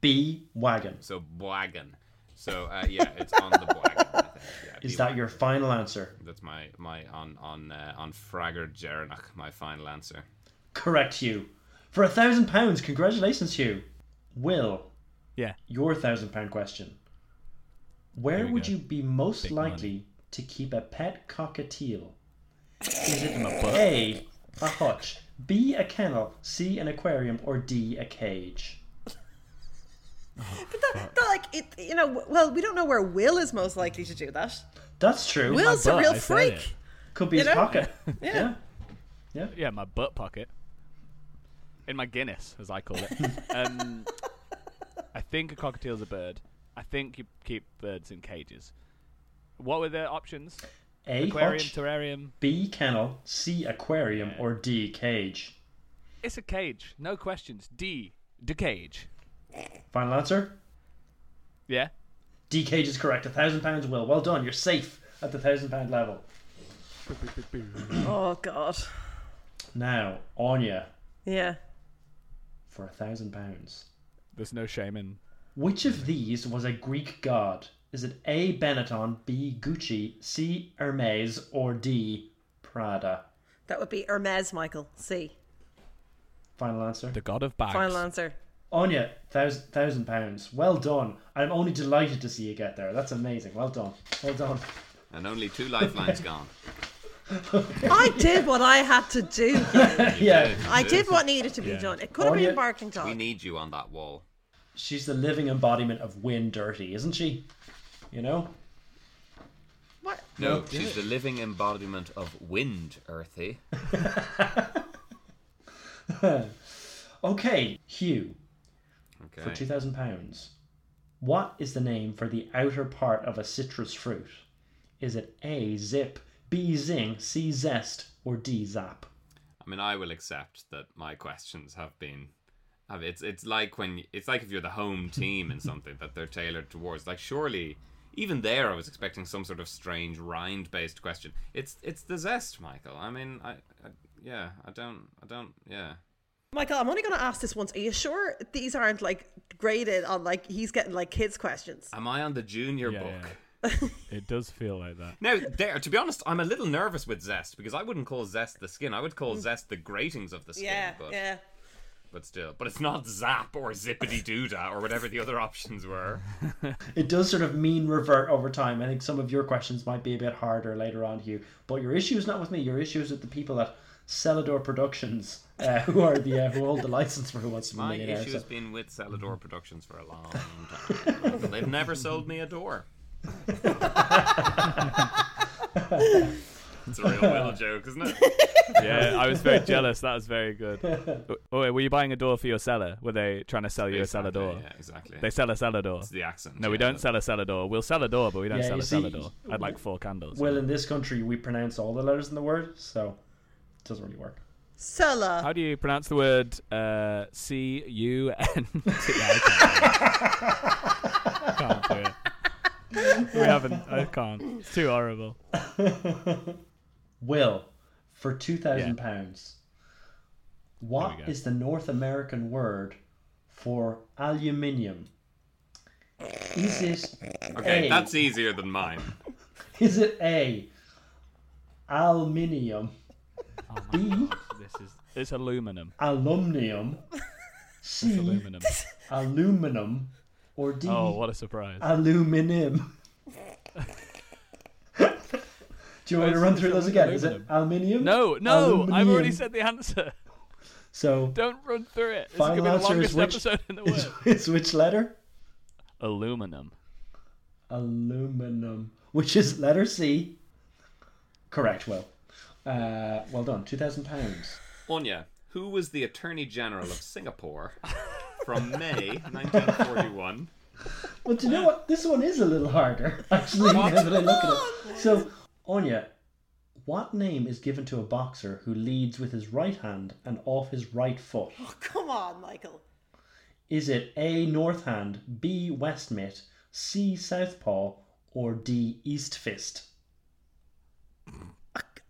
B wagon. So wagon. So uh, yeah, it's on the wagon. I think. Yeah, Is B that wagon. your final answer? That's my my on on uh, on Fragger Jeranoch, my final answer. Correct, Hugh. For a thousand pounds, congratulations, Hugh. Will, Yeah. your thousand pound question. Where we would go. you be most Big likely money. to keep a pet cockatiel? Is it A, a hutch, B, a kennel, C, an aquarium, or D, a cage? But that, that, like, it, you know, w- well, we don't know where Will is most likely to do that. That's true. Will's a butt, real I said freak. it. Could be you his know? pocket. Yeah. Yeah, my butt pocket. In my Guinness, as I call it. um, I think a cockatiel's a bird. I think you keep birds in cages. What were the options? A, Aquarium, hutch, terrarium. B, kennel, C, aquarium, or D, cage? It's a cage. No questions. D. The cage. Final answer? Yeah. D Cage is correct. A thousand pounds, Will. Well done. You're safe at the thousand pound level. Oh, God. Now, Anya, Yeah. for a thousand pounds. There's no shame in. Which of these was a Greek god? Is it A. Benetton, B. Gucci, C. Hermes, or D. Prada? That would be Hermes, Michael. C. Final answer. The god of bags. Final answer. Anya, thousand thousand pounds. Well done. I'm only delighted to see you get there. That's amazing. Well done. Well done. And only two lifelines gone. I did what I had to do. here. yeah. I did what needed to be done. It could have Anya- been barking We dog. need you on that wall. she's the living embodiment of win dirty, isn't she? You know? What? No, she's the living embodiment of wind, Earthy. Okay, Hugh, for Okay. two thousand pounds. What is the name for the outer part of a citrus fruit? Is it A zip, B zing, C zest, or D zap? I mean, I will accept that my questions have been. Have, it's it's like when it's like if you're the home team in something that they're tailored towards. Like surely, even there, I was expecting some sort of strange rind-based question. It's it's the zest, Michael. I mean, I, I yeah, I don't, I don't, yeah. Michael, I'm only going to ask this once. Are you sure these aren't like graded on like he's getting like kids' questions? Am I on the junior Yeah, book? It does feel like that. Now, there, to be honest, I'm a little nervous with zest because I wouldn't call zest the skin. I would call zest the gratings of the skin. but, Mm. yeah. but still, but it's not zap or zippity doodah or whatever the other options were. It does sort of mean revert over time. I think some of your questions might be a bit harder later on, Hugh. But your issue is not with me. Your issue is with the people at Celador Productions, uh, who are the uh, who hold the license for Who Wants to Be a My Millionaire. issue so- has been with Salador Productions for a long time. They've never sold me a door. it's a real Will joke, isn't it? Yeah, I was very jealous. That was very good. Oh, wait, were you buying a door for your cellar? Were they trying to sell you a cellar Exactly, door? Yeah, exactly. They sell a cellar door. It's the accent. No, we yeah. don't sell a cellar door. We'll sell a door, but we don't Yeah, sell you a cellar see, door. I'd like four candles. Well, in this country, we pronounce all the letters in the word, so it doesn't really work. Sella. How do you pronounce the word uh, C U N? Yeah, I Can't do it. Can't do it. We haven't. I can't. It's too horrible. Will, for two thousand pounds. What There we go. is the North American word for aluminium? Is it Okay, A, that's easier than mine. Is it A aluminium, B This is. It's aluminum. alumnium, It's C aluminum. aluminum, or D Oh, what a surprise. aluminum? Do you want me to run through those again? Is it aluminium? No, no, I've already Aluminium. said the answer. So Don't run through it. This Final is gonna be the answer longest is which- episode in the it's, world. it's which letter? Aluminum. Aluminum, which is letter C. Correct. Well, uh, well done. Two thousand pounds. Onya, who was the Attorney General of Singapore from May 1941? Well, do you know what? This one is a little harder, actually. now that I look at it. So, Anya, what name is given to a boxer who leads with his right hand and off his right foot? Oh, come on, Michael. Is it A. North hand, B. West mitt, C. Southpaw, or D. East fist?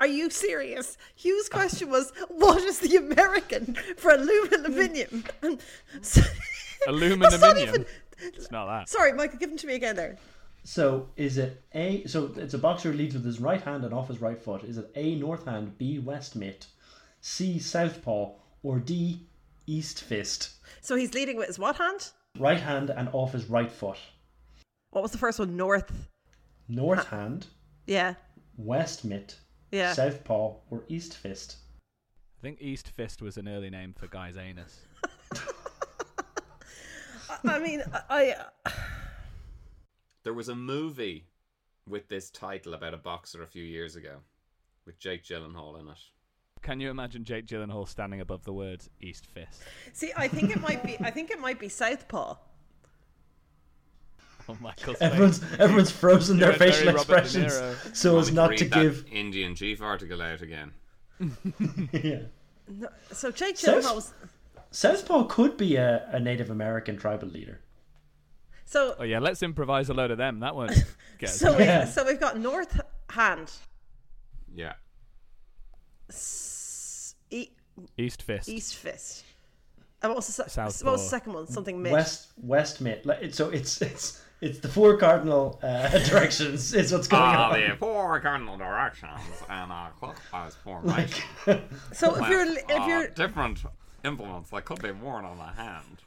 Are you serious? Hugh's question was, "What is the American for aluminum?" And so- That's not Aluminuminium. even- It's not that. Sorry, Michael, give them to me again there. So is it A? So it's a boxer who leads with his right hand and off his right foot. Is it A north hand, B west mitt, C southpaw, or D east fist? So he's leading with his what hand? Right hand and off his right foot. What was the first one? North. North hand, Yeah. west mitt, Yeah. southpaw, or east fist. I think East Fist was an early name for guy's anus. I mean, I, I There was a movie with this title about a boxer a few years ago with Jake Gyllenhaal in it. Can you imagine Jake Gyllenhaal standing above the words East Fist? see. I think it might be. I think it might be Southpaw. Oh, Michael's face. Everyone's everyone's frozen their You're very facial Robert De expressions Niro. so as Want me not read to that give. Indian Chief article out again. yeah. No, so Jake South- Gyllenhaal. Was, Southpaw could be a, a Native American tribal leader. so Oh, yeah, let's improvise a load of them. That one. so we, Yeah. so we've got North hand. Yeah. S- E- East Fist. East fist. And what was the, se- Southpaw. what was the second one? Something mid. West West Mid. Like, it's- So it's it's it's the four cardinal uh, directions is what's going Ah, on. the four cardinal directions and a ah, clockwise formation. So if you're li- if Uh, you're different implements that could be worn on the hand.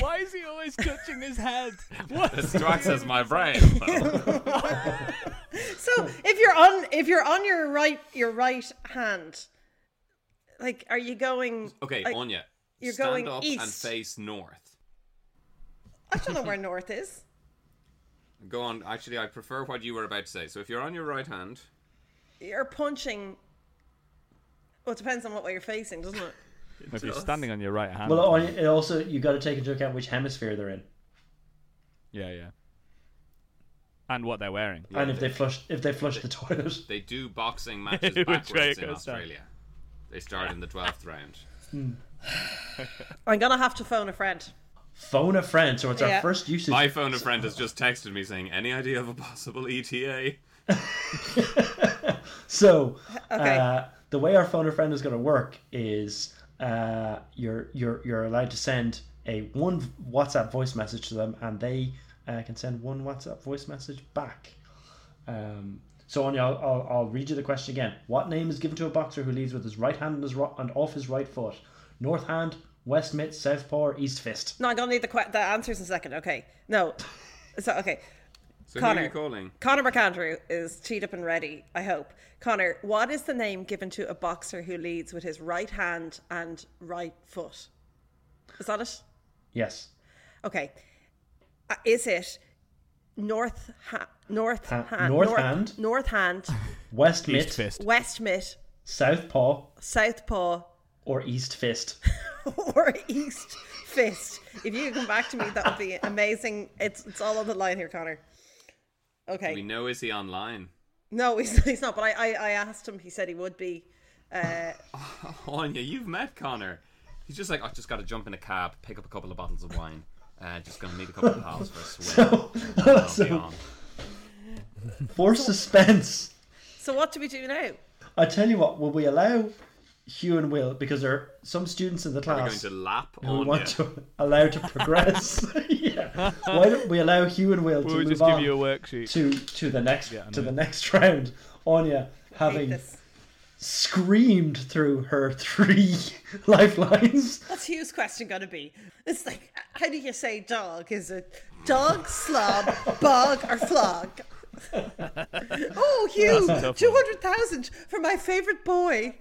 Why is he always touching his head? What? This to access my brain. though. so if you're on if you're on your right your right hand, like are you going? Okay, Like, Onya, you're stand going up and east. face north. I don't know where north is. Go on. Actually, I prefer what you were about to say. So if you're on your right hand, You're punching. Well, it depends on what way you're facing, doesn't it? If you're standing on your right hand. Well, oh, on- it also you got to take into account which hemisphere they're in, yeah, yeah. And what they're wearing. and if they flush if they flush the toilet. they do boxing matches Which way backwards it in goes down. Australia. They start in the twelfth round. I'm gonna have to phone a friend. Phone a friend, so it's Yeah. our first usage. My phone a friend has just texted me saying, "Any idea of a possible E ETA?" So Okay. uh, the way our phone a friend is going to work is uh, you're you're you're allowed to send a one WhatsApp voice message to them, and they uh, can send one WhatsApp voice message back. Um, so Anya, I'll, I'll, I'll read you the question again. What name is given to a boxer who leads with his right hand and, his ro- and off his right foot? North hand, west mitt, south paw, or east fist. No, I'm gonna need the que- the answers in a second. Okay. No. So okay. So who are Connor. you calling? Connor McAndrew is teed up and ready, I hope. Connor, what is the name given to a boxer who leads with his right hand and right foot? Is that it? Yes. Okay. Uh, is it north ha- north Ha- hand north north hand? north hand West East mitt, fist. west mitt south paw, south paw or east fist. or east fist? If you come back to me, that would be amazing. It's it's all on the line here, Connor. Okay. We know is he online? No, he's, he's not. But I, I, I asked him. He said he would be. Uh, Anya, you've met Connor. He's just like, I just got to jump in a cab, pick up a couple of bottles of wine. Uh, just gonna meet a couple of pals for a swim. Oh, and I'll be so- on." For suspense. so what do we do now? I tell you what, will we allow Hugh and Will because there are some students in the We're class going to lap who we on want to allow to progress? yeah. Why don't we allow Hugh and Will to We'll move just on give you a worksheet. to to the next I to know. the next round? Anya Hate having this. screamed through her three lifelines. What's Hugh's question going to be? It's like, how do you say dog? Is it dog, slob, bog, or flog? oh, Hugh, That's a tough one. 200,000 for my favourite boy.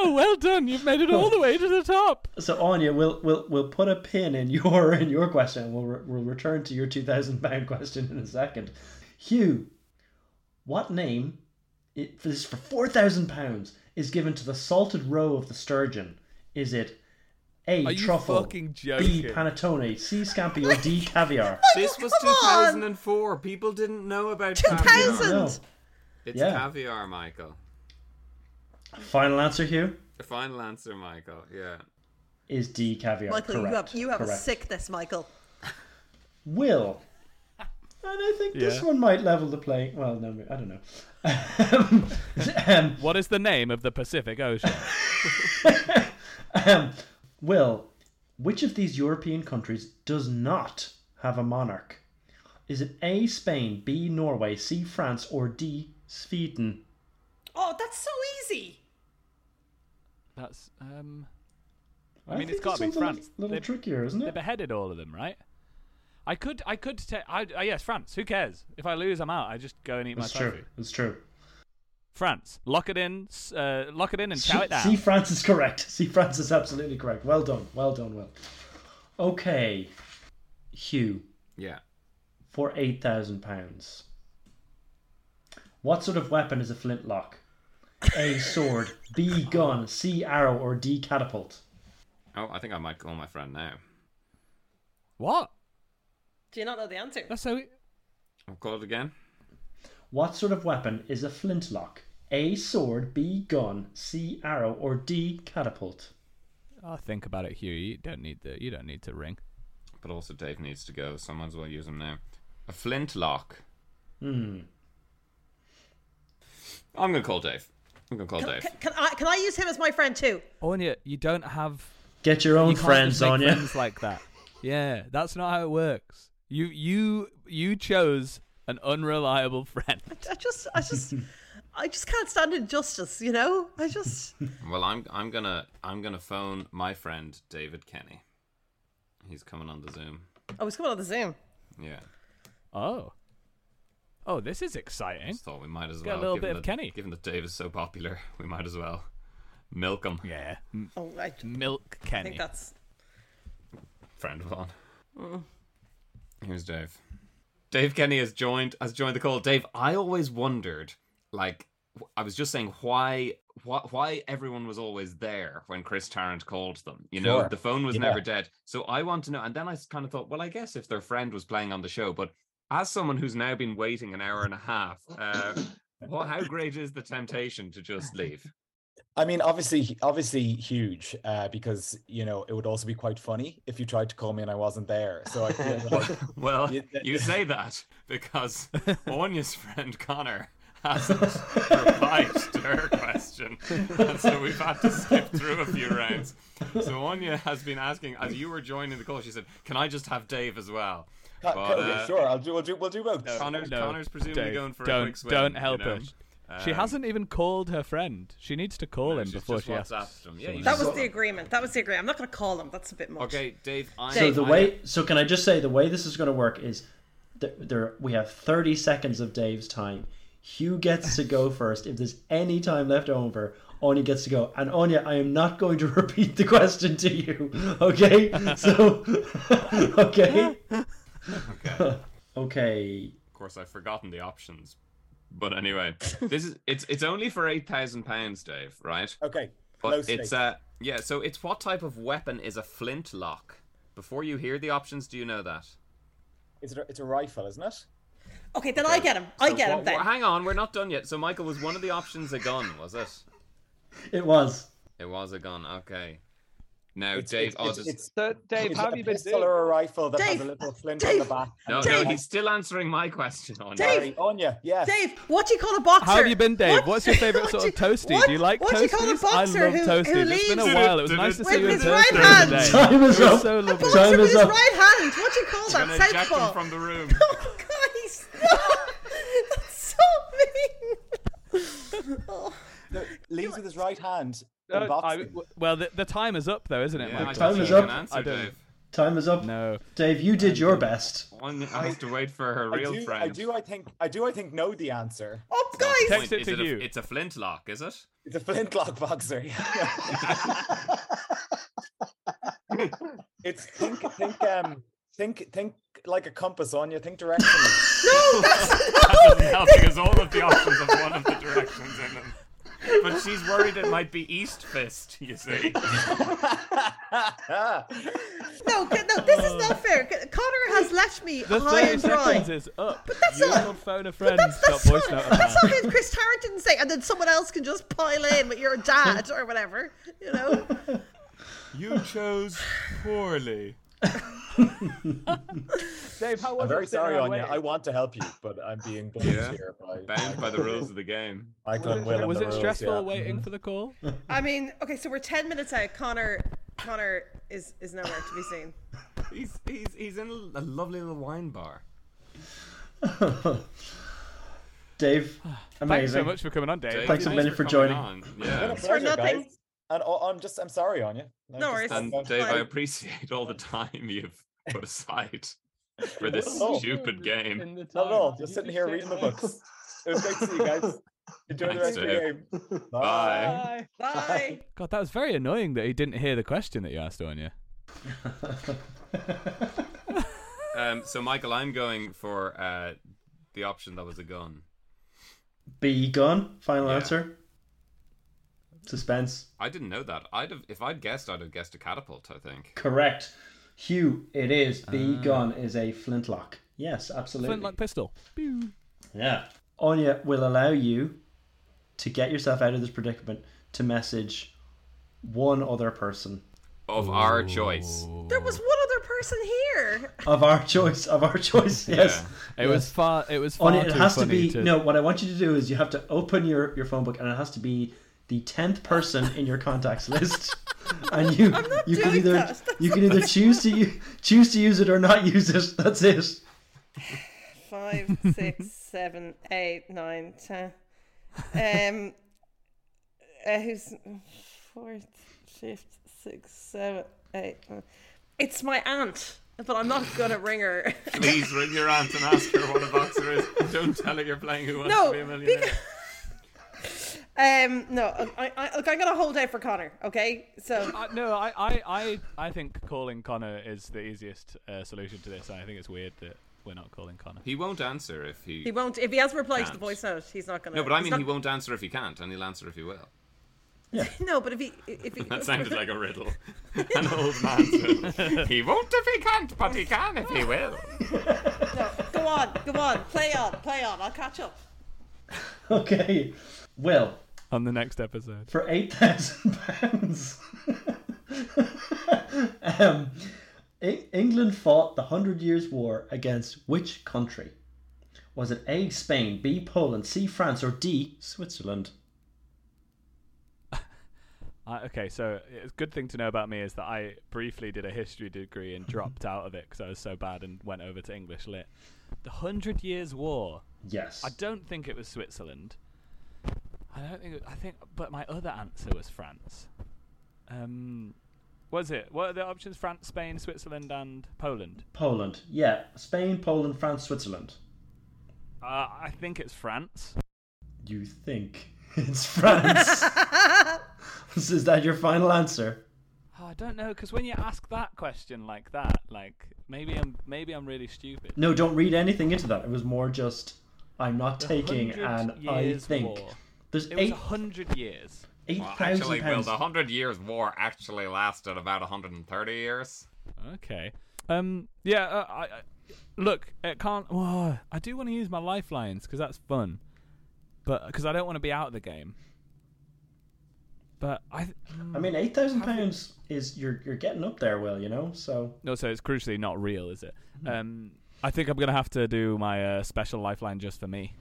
Oh, well done. You've made it all the way to the top. So Anya, we'll we'll we'll put a pin in your in your question. and We'll re- we'll return to your two thousand pound question in a second. Hugh, what name? It, for this for four thousand pounds is given to the salted roe of the sturgeon. Is it a Are you truffle, fucking b joking? panettone, c scampi, or d caviar? This was Come on. 2004. People didn't know about 2000. caviar. No. It's Yeah. caviar, Michael. Final answer, Hugh, The final answer, Michael. Yeah. is d caviar. Michael, correct. you have, you have a correct. sickness, Michael. Will. And I think this Yeah. one might level the play. Well, no, I don't know. um, What is the name of the Pacific Ocean? Um, Will, which of these European countries does not have a monarch? Is it A, Spain, B, Norway, C, France, or D, Sweden? Oh, that's so easy. That's, um... I mean, it's gotta be something France. A little They- trickier, isn't They it? beheaded all of them, right? I could, I could, ta- I, uh, yes, France. Who cares? If I lose, I'm out. I just go and eat That's my true. trophy. It's true. France, lock it in, s- uh, lock it in, and C, chow it down. C, France is correct. C, France is absolutely correct. Well done. Well done, Will. Okay, Hugh. Yeah. for eight thousand pounds. What sort of weapon is a flintlock? A sword, B gun, C arrow, or D catapult? Oh, I think I might call my friend now. what? Do you not know the answer? That's so. e, I'll call it again. What sort of weapon is a flintlock? A sword, B gun, C arrow, or D catapult? I'll oh, think about it, Hugh. You don't need the, you don't need to ring. But also, Dave needs to go, so I might as well use him now. A flintlock. Hmm. I'm gonna call Dave. I'm gonna call Can, Dave. can, can I, can I use him as my friend too? Anya, you don't have Get your own you can't friends just on make you. friends like that. Yeah, that's not how it works. You, you, you chose an unreliable friend. I just, I just, I just can't stand injustice, you know? I just. Well, I'm I'm gonna I'm gonna phone my friend David Kenny. He's coming on the Zoom. I was coming on the Zoom. Yeah, Oh, oh, this is I exciting. just thought we might as Get a well little given bit of that- Kenny. Given that Dave is so popular, we might as well milk him. Yeah, Oh, I, I milk Kenny. think that's. friend of mine. Here's Dave. Dave Kenny has joined has joined the call. Dave, I always wondered, like wh- I was just saying, why why, why everyone was always there when Chris Tarrant called them. You know, Sure. the phone was Yeah. never dead. So I want to know. And then I kind of thought, well, I guess if their friend was playing on the show, but as someone who's now been waiting an hour and a half, uh, wha- how great is the temptation to just leave? I mean, obviously, obviously huge, uh, because you know it would also be quite funny if you tried to call me and I wasn't there. So I feel like, Well, Yeah, that- you say that because Anya's friend Connor hasn't replied to her question. And so we've had to skip through a few rounds. So Anya has been asking, as you were joining the call, she said, Can I just have Dave as well? Con- But, Con- okay, uh, sure, I'll do, we'll do, we'll do both. Connor, No, Connor's presumably Dave, going for don't, a quick swim. Don't you help know. him. she Um, hasn't even called her friend. She needs to call no, him she's before just she asks. WhatsApped him. Yeah, you someone That else. was the agreement. That was the agreement. I'm not going to call him. That's a bit much. Okay, Dave, I So the I- way, so can I just say the way this is going to work is, th- there we have thirty seconds of Dave's time. Hugh gets to go first. If there's any time left over, Anya gets to go. And Anya, I am not going to repeat the question to you. Okay, so okay, Okay. okay. Of course, I've forgotten the options. But anyway, this is it's it's only for eight thousand pounds, Dave. Right? Okay, low But it's stakes. uh yeah. So it's what type of weapon is a flintlock? Before you hear the options, do you know that? it's, a, it's a rifle, isn't it? Okay, then I get him. I So get wha- him then. wha- hang on, we're not done yet. So Michael was one of the options a gun, was it? It was. It was a gun. Okay. Now, It's, Dave, it's, oh, it's, just- it's, So, Dave, it's how a have you been pistol doing? or a rifle that Dave, has a little flint on Dave, the back. no, and- no, Dave! he's still answering my question on. Dave! Sorry, Anya, yeah. Dave, what do you call a boxer? How have you been, Dave? What- What's your favourite what sort of you- toasty? what- do you like what toasties? do you call a I boxer love who, toasties. who it's been a leaves while. It was nice to With see you in his toasties right hand. today. Time It is was up. a so lovely. boxer Time with is his up. right hand? What do you call Gonna that? eject him Southpaw. from the room. Oh, guys, no! That's Oh, so mean. Oh. Leaves with his right hand. No, in boxing. I- w- Well, the, the time is up, though, isn't it, Yeah, I Michael? Time guess is you up. can answer, I don't- Dave. Time is up. No. Dave, you did your best. One has to wait for her I real do, friend. I do, I think, I do, I think know the answer. Oh, What's the guys! point? Text it Is to a- Hugh. It's a flintlock, is it? It's a flintlock boxer. it's think, think, um, think, think like a compass, Anya. Think directionally. helping us all of the options of one of the directions in them. But she's worried it might be East Fist, you see. No, c- no, this is not fair. C- Connor has left me The high 30 and dry. seconds is up. But that's you not- called phone a But friend. that's, dot that's, voice not, note that's not app. good. Chris Tarrant didn't say, and then someone else can just pile in with your dad or whatever, you know? You chose poorly. Dave, how was I'm it very sitting sorry, around Anya. I waiting? want to help you, but I'm being bound Yeah. here by Bound by the rules of the game. Michael and Will. and Was the it rules, stressful yeah. waiting for the call? I mean, okay, so we're 10 minutes out. Connor Connor is, is nowhere to be seen. He's he's he's in a lovely little wine bar. Dave, amazing. Thanks so much for coming on, Dave. Dave, Thanks a thanks million for for coming joining. on. Been a Yeah. pleasure, nothing. guys. And oh, I'm just, I'm sorry, Anya. No I just- worries. And I'm- Dave, I Fine. appreciate all the time you've put aside for this Oh. stupid In game. the Not time? at all. Did Just you sitting here say reading the hi? books. It was great to see you guys. Enjoy the Thanks, rest of your game. Bye. Bye. Bye. God, that was very annoying that he didn't hear the question that you asked, Anya. Um, so Michael, I'm going for uh, the option that was a gun. Be gone. Final Yeah. answer. Suspense. I didn't know that. I'd have if I'd guessed, I'd have guessed a catapult. I think. Correct. Hugh, it is. The gun is a flintlock. Yes, absolutely. Flintlock pistol. Pew. Yeah. Anya will allow you to get yourself out of this predicament to message one other person of our choice. There was one other person here. of our choice. Of our choice. Yes. It was far. It was far Anya, it too has to funny be. No, what I want you to do is you have to open your, your phone book and it has to be the tenth person in your contacts list. And you you can doing either that. you can either choose to u- choose to use it or not use it. That's it. Five, six, seven, eight, nine, ten. Um, uh, who's fourth, fifth, sixth, seven, eight? nine. It's my aunt, but I'm not gonna ring her. Please ring your aunt and ask her what a boxer is. Don't tell her you're playing Who Wants No, to Be a Millionaire. because- Um, no, I, I, look, I'm gonna hold out for Connor. Okay, so Uh, no, I, I, I, I think calling Connor is the easiest uh, solution to this. I think it's weird that we're not calling Connor. He won't answer if he. he won't. If he hasn't replied to the Can't. voice note, he's not gonna. no, but I he's mean, not- he won't answer if he can't, and he'll answer if he will. No, but if he, if he, That sounded like a riddle. An old man. he won't if he can't, but he can if he will. no, go on, go on, play on, play on. I'll catch up. Okay. Will, On the next episode, for eight thousand pounds. um, E- England fought the Hundred Years' War against which country? Was it A. Spain, B. Poland, C. France, or D. Switzerland? I, okay. So it's a good thing to know about me is that I briefly did a history degree and dropped out of it because I was so bad and went over to English lit. The Hundred Years' War. Yes. I don't think it was Switzerland. I don't think. It, I think, but my other answer was France. Um, was it? What are the options? France, Spain, Switzerland, and Poland. Poland. Yeah. Spain, Poland, France, Switzerland. Uh, I think it's France. You think it's France? Is that your final answer? Oh, I don't know, because when you ask that question like that, like maybe I'm maybe I'm really stupid. No, don't read anything into that. It was more just I'm not taking Hundred an I Years think. War. There's It was eight a hundred years. eight Well, thousand actually, Will, pounds. the Hundred Years' War actually lasted about 130 years. Okay. Um. Yeah. Uh, I, I look. It can't. Oh, I do want to use my lifelines because that's fun, but because I don't want to be out of the game. But I. mm. I mean, eight thousand pounds is you're you're getting up there, Will. You know, so No, so it's crucially not real, is it? Mm-hmm. Um. I think I'm gonna have to do my uh, special lifeline just for me.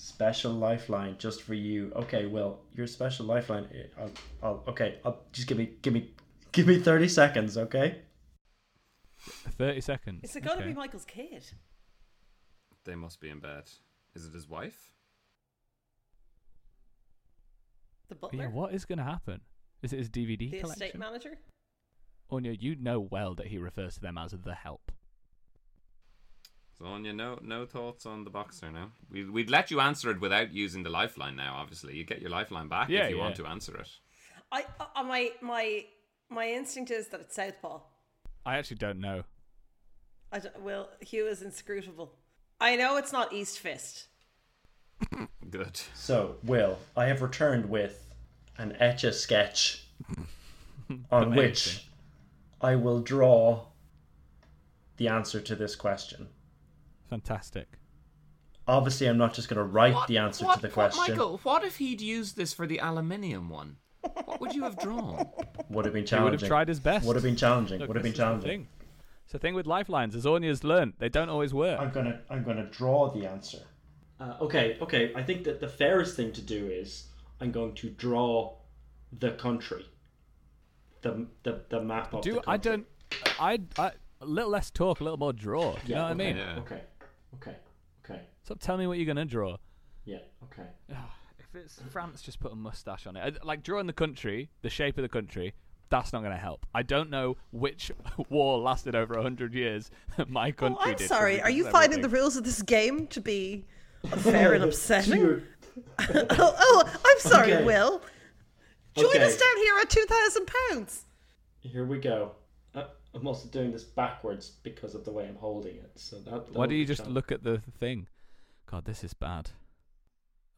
special lifeline just for you. Okay, Will, your special lifeline. eh, I'll, I'll okay. I'll, just give me give me give me thirty seconds, okay? Thirty seconds. Is it gonna Okay. be Michael's kid? They must be in bed. Is it his wife? The butler, Yeah. What is gonna happen? Is it his DVD the collection? estate manager. Anya, you know well that he refers to them as the help. So, Anya, no, no thoughts on the boxer now. We, we'd let you answer it without using the lifeline now, obviously. You get your lifeline back Yeah, if you want yeah. to answer it. I, uh, my, my, my instinct is that it's Southpaw. I actually don't know. I don't, well, Hugh is inscrutable. I know it's not East Fist. Good. So, Will, I have returned with an etch a sketch on which Amazing. I will draw the answer to this question. Fantastic. Obviously, I'm not just going to write the answer to the question. Michael, what if he'd used this for the aluminium one? What would you have drawn? Would have been He challenging. would have tried his best. Would have been challenging. Look, would have been this is the challenging. thing. It's the thing with lifelines, as Anya's learnt, they don't always work. I'm gonna I'm gonna draw the answer. Uh, okay, okay. I think that the fairest thing to do is I'm going to draw the country, the the, the map of Do the I country. don't? I, I a little less talk, a little more draw. Do you know what I okay, mean? Yeah. Okay, okay, okay. Stop telling me what you're gonna draw. Yeah, okay. If it's France, just put a mustache on it. I- Like drawing the country, the shape of the country. That's not going to help. I don't know which war lasted over hundred years. My country. oh, I'm did, 'cause sorry. it Are you does finding the everything. rules of this game to be unfair and upsetting? You're- oh, oh, I'm sorry, Okay. Will. Join Okay. us down here at two thousand pounds. Here we go. Uh, I'm also doing this backwards because of the way I'm holding it. So that. that Why would do you be just challenging. look at the thing? God, this is bad.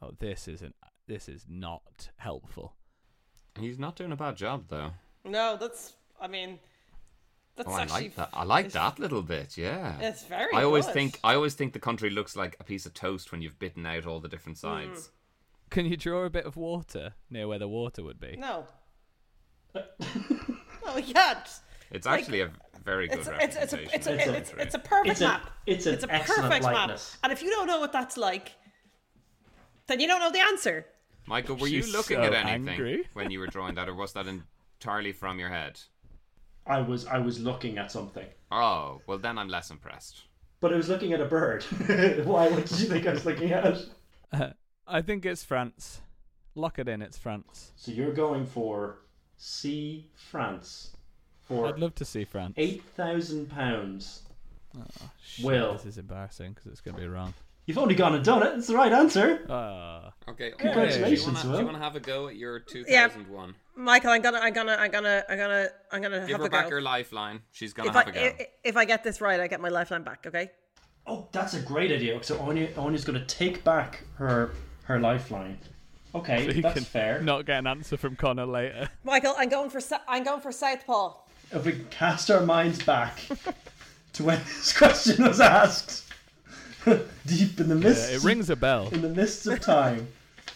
Oh, this isn't. This is not helpful. He's not doing a bad job, though. No, that's. I mean, that's oh, I like that. I like that little bit. Yeah. It's very I always good. think. I always think the country looks like a piece of toast when you've bitten out all the different Mm. sides. Can you draw a bit of water near where the water would be? No. Oh, no, we can't. It's Like, actually a very good It's it's it's representation. a it's a, of the it's, country. it's a perfect It's a- map. it's an a excellent perfect likeness. map. And if you don't know what that's like, then you don't know the answer. Michael, were you She's looking so at anything angry. when you were drawing that, or was that entirely from your head? I was I was looking at something. Oh, well then I'm less impressed. But I was looking at a bird. Why? What did you think I was looking at? I think it's France. Lock it in. It's France. So you're going for C France for I'd love to see France. Oh, eight thousand pounds. Shit, Will. this is embarrassing because it's going to be wrong. You've only gone and done it. It's the right answer. Ah, Okay. Congratulations, do you wanna- Do Will. you want to have a go at your 2001? Michael, I'm gonna, I'm gonna, I'm gonna, I'm gonna, I'm gonna Give have her a go. back her lifeline. She's gonna if I, have a go. i- if I get this right, I get my lifeline back. Okay. Oh, that's a great idea. So Anya, Anya's going to take back her her lifeline. Okay, Oh, You that's can fair. Not get an answer from Connor later. Michael, I'm going for, Sa- I'm going for Southpaw. If we cast our minds back to when this question was asked, deep in the Uh, mists, it rings a bell. in the mists of time,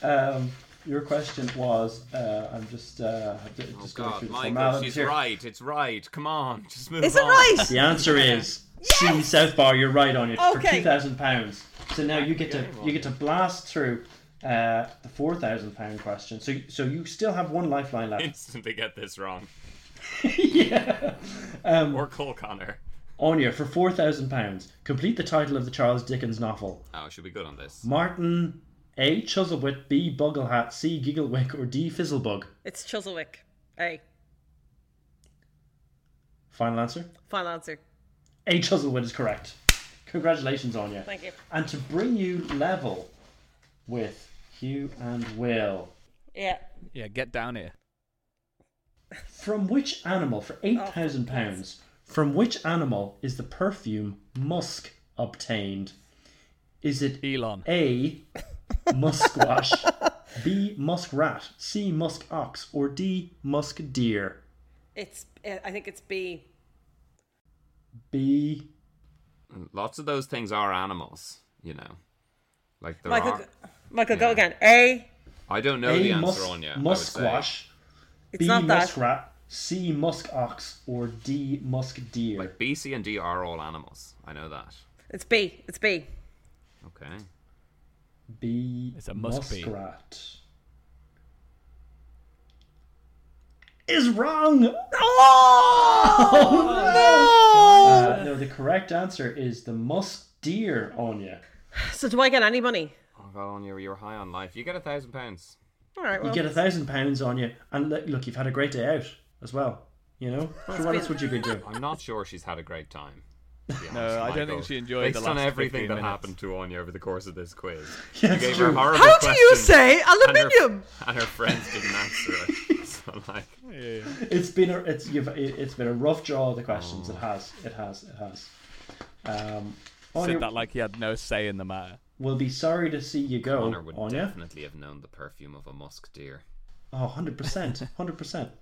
um, your question was. Uh, I'm just uh, d- Oh just going God, through the Michael, formalities she's here. right. It's right. Come on, just move Is it on. right? The answer is C South Bar. You're right on it for Okay. two thousand pounds. So now you get to you get to blast through uh, the four thousand pound question. So so you still have one lifeline left. Instantly get this wrong. yeah. Um, Or Cole Connor. Anya for four thousand pounds. Complete the title of the Charles Dickens novel. Oh, should be good on this. Martin A. Chuzzlewit, B. Bugglehat, C. Gigglewick, or D. Fizzlebug. It's Chuzzlewick. Hey, Final answer. final answer. A. Chuzzlewit is correct. Congratulations, Anya. Thank you. And to bring you level with Hugh and Will. Yeah. Yeah, get down here. From which animal, for Oh, £8,000, pounds, from which animal is the perfume musk obtained? Is it Elon. A, musquash, B, musk rat, C, musk ox, or D, musk deer? It's. uh, I think it's B. B. Lots of those things are animals, you know. Like there Michael, are. go- Michael, go again. A. I don't know A, the answer mus- on you. musquash, It's B, not that. musk rat, C, musk ox, or D, musk deer? Like B, C, and D are all animals. I know that. It's B. It's B. Okay. B. It's a must be. muskrat. Is wrong. Oh, no! Uh, no, the correct answer is the musk deer, Anya. So do I get any money? Oh God, on you, you're high on life. You get a thousand pounds. All right. You Well, get a thousand pounds on you, and look, look, you've had a great day out as well. You know, so what else would you be doing? I'm not sure she's had a great time. to be No, I honest, don't Michael. think she enjoyed Based the on last 15 everything that minutes. happened to Anya over the course of this quiz, Yeah, you it's gave her true. horrible How do you questions, say and her- aluminium? And her, friends didn't answer it. So like, It's been a it's you've, it, it's been a rough draw of the questions. Oh. It has, it has, it has. Um, Anya, Said that like he had no say in the matter. we'll be sorry to see you go, Connor would Anya. definitely have known the perfume of a musk deer. Oh, 100 percent, hundred percent.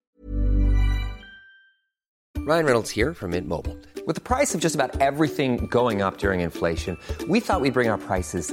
Ryan Reynolds here from Mint Mobile. With the price of just about everything going up during inflation, we thought we'd bring our prices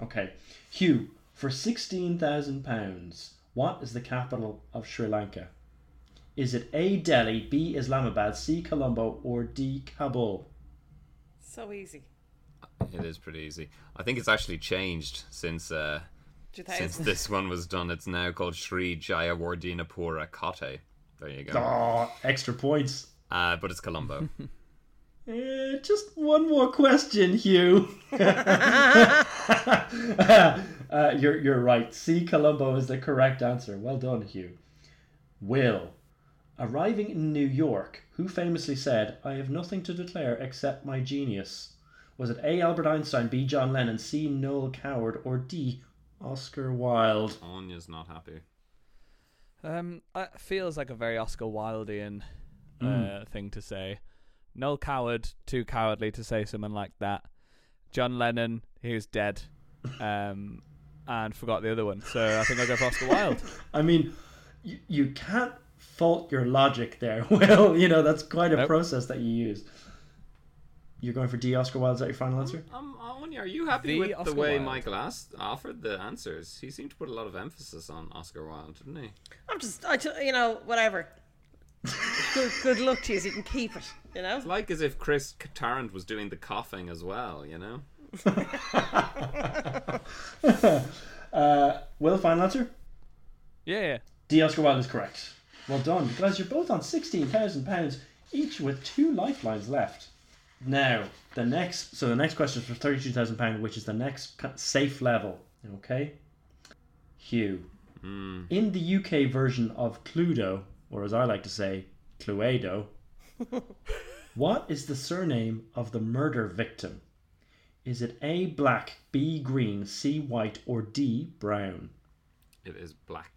Okay. Hugh, for £16,000, what is the capital of Sri Lanka? Is it A. Delhi, B. Islamabad, C. Colombo, or D. Kabul? So easy. It is pretty easy. I think it's actually changed since uh, since 2000. this one was done. It's now called Sri Jayawardenapura Kotte. There you go. Oh, extra points. Uh, but it's Colombo. Eh, just one more question, Hugh. uh, you're, you're right. C. Colombo is the correct answer. Well done, Hugh. Will. Arriving in New York, who famously said, I have nothing to declare except my genius? Was it A. Albert Einstein, B. John Lennon, C. Noel Coward, or D. Oscar Wilde? Anya's not happy. Um, it feels like a very Oscar Wildean uh, Hmm. thing to say. Noel Coward, too cowardly to say something like that. John Lennon, he was dead, um, and forgot the other one. So I think I'll go for Oscar Wilde. I mean, you, you can't fault your logic there. Well, you know that's quite a process that you use. You're going for D. Oscar Wilde. Is that your final answer? Um, Anya, are you happy The with Oscar the way Wilde. Michael asked, offered the answers? He seemed to put a lot of emphasis on Oscar Wilde, didn't he? I'm just, I, t- you know, whatever. good, good luck to you. You can keep it. You know. It's like as if Chris Tarrant was doing the coughing as well, you know? uh, Will, final answer. Yeah, yeah. D. Oscar Wilde is correct. Well done, guys. You're both on sixteen thousand pounds each, with two lifelines left. Now, the next. So the next question is for thirty-two thousand pounds, which is the next ca- safe level. Okay. Hugh. In the UK version of Cluedo, or as I like to say, Cluedo, what is the surname of the murder victim? Is it A. Black, B. Green, C. White, or D. Brown? It is Black.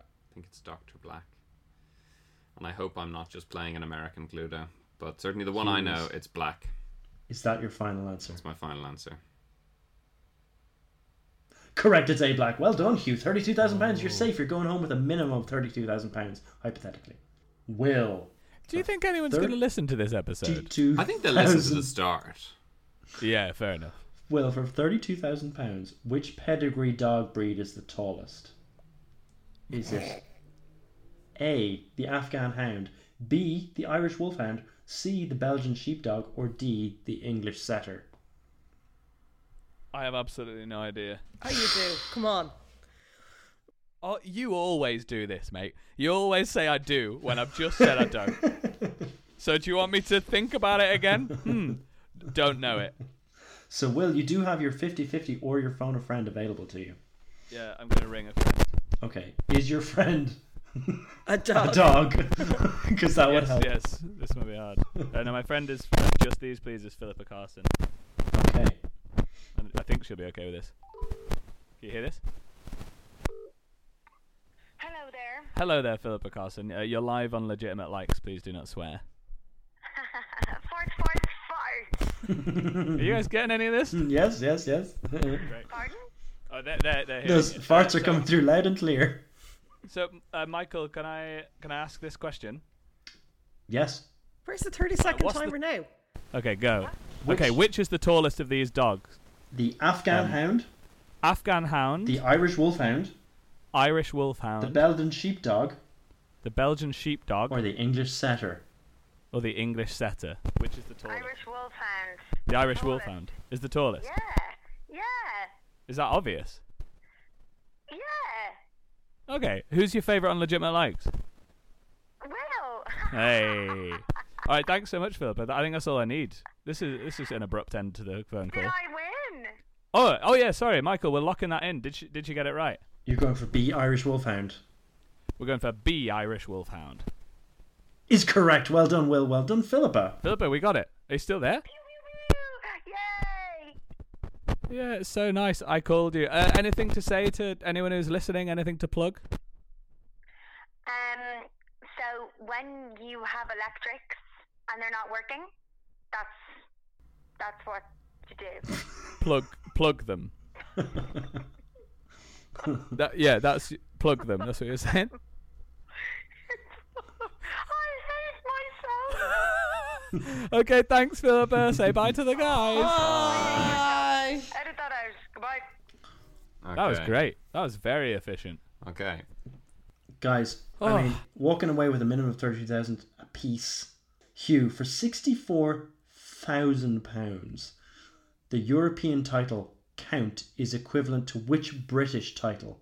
I think it's Dr. Black. And I hope I'm not just playing an American Cluedo, but certainly the one I know, Hughes. it's Black. Is that your final answer? That's my final answer. Correct, it's A black. Well done, Hugh. Thirty-two thousand pounds. You're safe. You're going home with a minimum of thirty-two thousand pounds, hypothetically. Will. Do you think anyone's going to listen to this episode? I think they'll listen to the 2,000. start. Yeah, fair enough. Will, for thirty-two thousand pounds, which pedigree dog breed is the tallest? Is it A, the Afghan hound, B, the Irish wolfhound, C, the Belgian sheepdog, or D, the English setter? I have absolutely no idea. Oh, you do. Come on. Oh, you always do this, mate. You always say I do when I've just said I don't. so do you want me to think about it again? Hmm. Don't know it. So, Will, you do have your 50-50 or your phone a friend available to you. Yeah, I'm going to ring a Okay. Is your friend a dog. A dog. Because that would yes, help. Yes, this might be hard. Uh, no, my friend is just these, please, is Philippa Carson. Okay. And I think she'll be okay with this. Can you hear this? Hello there. Hello there, Philippa Carson. Uh, you're live on Legitimate Likes. Please do not swear. Are you guys getting any of this? Yes, yes, yes. Pardon? Oh, they're, they're, they're hearing Those it. farts So- are coming through loud and clear. So, uh, Michael, can I can I ask this question? Yes. Where's the thirty-second what's the- timer now? Okay, go. Okay, which is the tallest of these dogs? The Afghan Um, hound, Afghan hound, the Irish wolfhound, Irish the wolfhound, Belgian sheepdog, the Belgian sheepdog, or the English setter. or the English setter. Which is the tallest? Irish wolfhound. The Irish wolfhound is the tallest. Yeah, yeah. Is that obvious? Yeah. Okay, who's your favourite on legitimate likes? Well, Hey. All right, thanks so much, Philippa. I think that's all I need. This is this is an abrupt end to the phone call. did I win? Oh, oh yeah, sorry, Michael. We're locking that in. Did she did she get it right? You're going for B Irish wolfhound. We're going for B Irish Wolfhound. Is correct. Well done, Will. Well done, Philippa. Philippa, we got it. Are you still there? Yeah, it's so nice. I called you. Uh, anything to say to anyone who's listening? Anything to plug? Um, so when you have electrics and they're not working, that's that's what to do. Plug plug them. that, yeah, that's plug them. That's what you're saying. okay, thanks, Philippa. Say bye to the guys. Bye. Edit that out. Goodbye. That was Okay. great. That was very efficient. Okay. Guys, Oh. I mean, walking away with a minimum of 32,000 apiece. Hugh, for 64,000 pounds, the European title count is equivalent to which British title?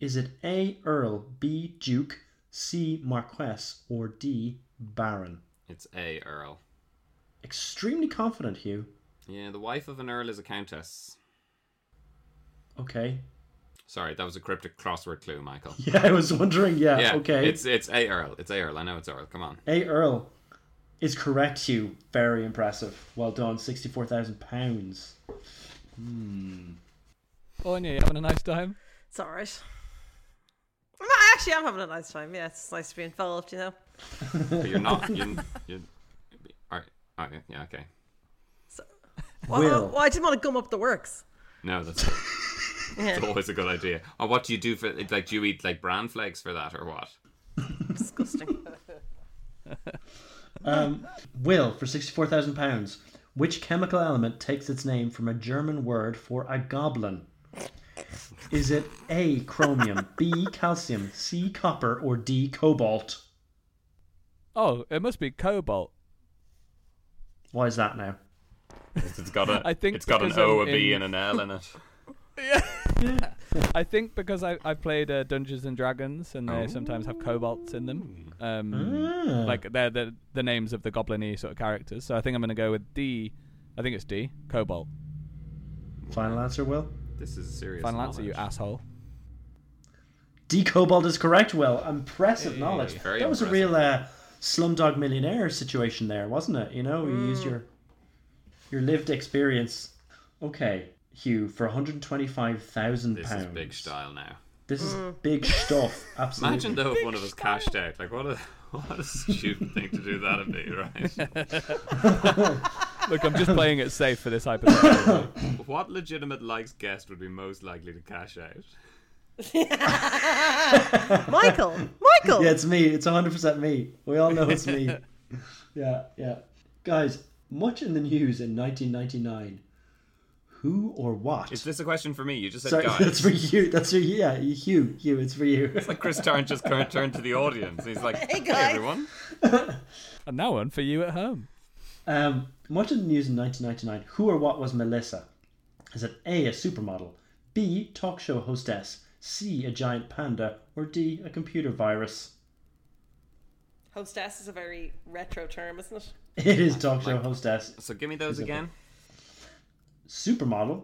Is it A, Earl, B, Duke, C, Marquess, or D, Baron? It's A Earl. Extremely confident, Hugh. Yeah, the wife of an Earl is a countess. Okay. Sorry, that was a cryptic crossword clue, Michael. Yeah, I was wondering. Yeah, yeah okay. It's it's A Earl. It's A Earl. I know it's Earl. Come on. A, Earl is correct, Hugh. Very impressive. Well done. 64,000 pounds. Hmm. Anya, you having a nice time? It's all right. No, actually, I'm having a nice time. Yeah, it's nice to be involved. You know. But you're not. You're, you're, all right. All right. Yeah. Okay. Well, Will. well, I didn't want to gum up the works. No, that's. Yeah. It's always a good idea. Or what do you do for like? Do you eat like bran flakes for that, or what? Disgusting. Um, Will for sixty-four thousand pounds. Which chemical element takes its name from a German word for a goblin? Is it A chromium, B calcium, C copper, or D cobalt? Oh, it must be cobalt. Why is that now? It's got a. I think it's got an because O, a I'm B, in- and an L in it. I think because I, I've played uh, Dungeons and Dragons and they sometimes have cobalts in them. Um, Ah. Like they're the, the names of the goblin sort of characters. So I think I'm going to go with D. I think it's D. Cobalt. Final answer, Will. This is serious. Final answer, you knowledge. asshole. D Cobalt is correct, Will. Impressive Hey, knowledge. That very was a impressive. real uh, slumdog millionaire situation there, wasn't it? You know, you used your your lived experience. Okay, Hugh, for £125,000. This is big style now. This is big stuff, absolutely. Imagine though if one of us cashed out. Like what a what a stupid thing to do that'd be, right? Look, I'm just playing it safe for this hypothetical. what legitimate likes guest would be most likely to cash out? Michael, Michael. Yeah, it's me. It's 100% me. We all know it's me. yeah, yeah. Guys, much in the news in 1999. Who or what? Is this a question for me? You just said Sorry, guys. that's for you. That's for you. Yeah, Hugh. Hugh, it's for you. It's like Chris Tarrant just cur- turned to the audience. He's like, Hey, "Hey, guys." everyone." and now one for you at home. Um, much of the news in 1999, who or what was Melissa? Is it A, a supermodel, B, talk show hostess, C, a giant panda, or D, a computer virus? Hostess is a very retro term, isn't it? It is talk show hostess. So give me those Is it again. Supermodel,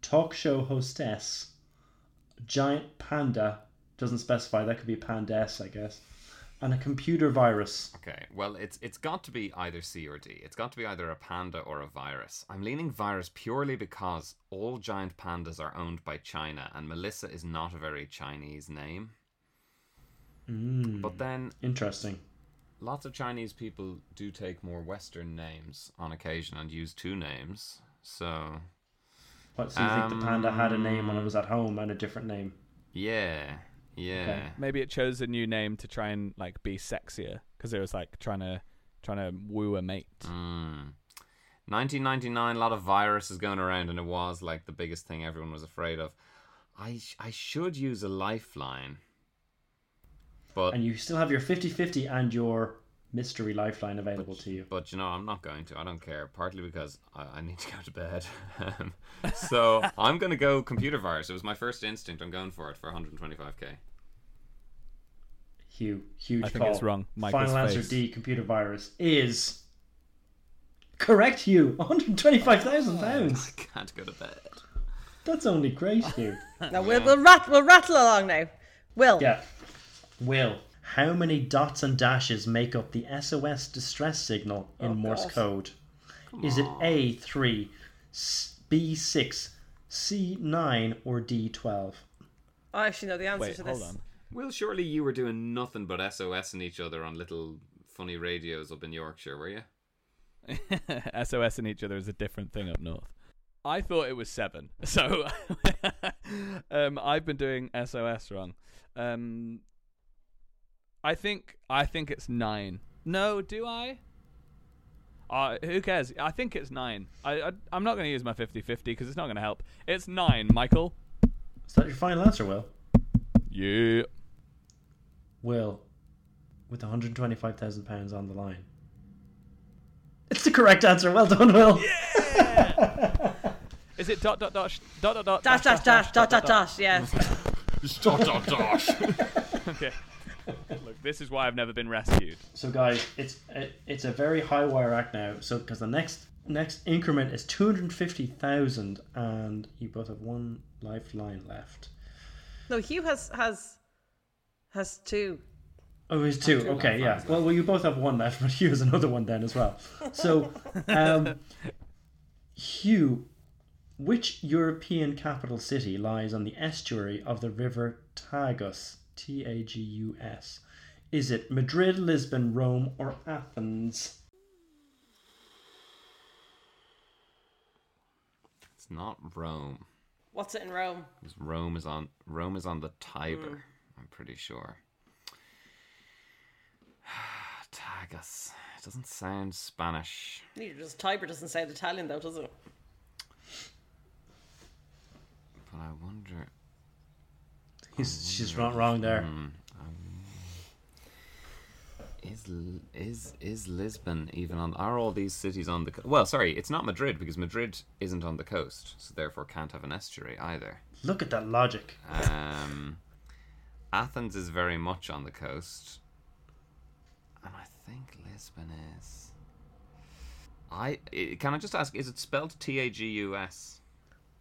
talk show hostess, giant panda, doesn't specify, that could be a pandess, I guess, and a computer virus. Okay. Well, it's it's got to be either C or D. It's got to be either a panda or a virus. I'm leaning virus purely because all giant pandas are owned by China, and Melissa is not a very Chinese name. Mm, But then interesting. lots of Chinese people do take more Western names on occasion and use two names. So What, so you think the panda had a name when it was at home and a different name? yeah, yeah. Maybe it chose a new name to try and like be sexier because it was like trying to trying to woo a mate. Mm. 1999, a lot of viruses going around, and it was like the biggest thing everyone was afraid of. I sh- I should use a lifeline, but and you still have your 50-50 and your mystery lifeline available to you. but you know I'm not going to. I don't care. Partly because I, I need to go to bed. Um, so I'm gonna go computer virus. It was my first instinct. I'm going for it for 125k. Hugh, huge I think call. it's wrong. Michael's Final face. answer D, computer virus, is correct, Hugh. £125,000. Can't go to bed. That's only great, Hugh. Now we'll, we'll, rat, we'll rattle along now. Will. yeah. Will, how many dots and dashes make up the SOS distress signal in Oh, Morse God. code? is it A3, S- B6, C9, or D12? I actually know the answer Wait, to hold this. on. Well, surely you were doing nothing but SOS and each other on little funny radios up in Yorkshire, were you? SOS and each other is a different thing up north. I thought it was seven, so um, I've been doing SOS wrong. Um, I think I think it's nine. No, do I? Uh, who cares? I think it's nine. I, I I'm not going to use my 50-50 because it's not going to help. It's nine, Michael. Is that your final answer, Will? Yeah. Will, with £125,000 on the line. It's the correct answer. Well done, Will. Is it dot dot dot sh- dot dot dot Dash, dash, dash, dot, dot, dash. Yes. dot dot dash? Okay. Look, this is why I've never been rescued. So, guys, it's a, it's a very high wire act now. So, because the next next increment is 250,000 and you both have one lifeline left. No, Hugh has has has two. Oh, it's two. two okay, yeah. Well, well, you both have one left, but Hugh has another one then as well. So, um, Hugh, which European capital city lies on the estuary of the river Tagus? T A G U S. Is it Madrid, Lisbon, Rome, or Athens? It's not Rome. What's it in Rome? Because Rome is on Rome is on the Tiber. I'm pretty sure. guess it doesn't sound Spanish. Neither does Tiber doesn't sound Italian though, does it? But I wonder. He's, she's not wrong there. Is L- is is Lisbon even on? Are all these cities on the? Co- well, sorry, it's not Madrid because Madrid isn't on the coast, so therefore can't have an estuary either. Look at that logic. Um, Athens is very much on the coast, and I think Lisbon is. I i- can I just ask? Is it spelled T A G U S?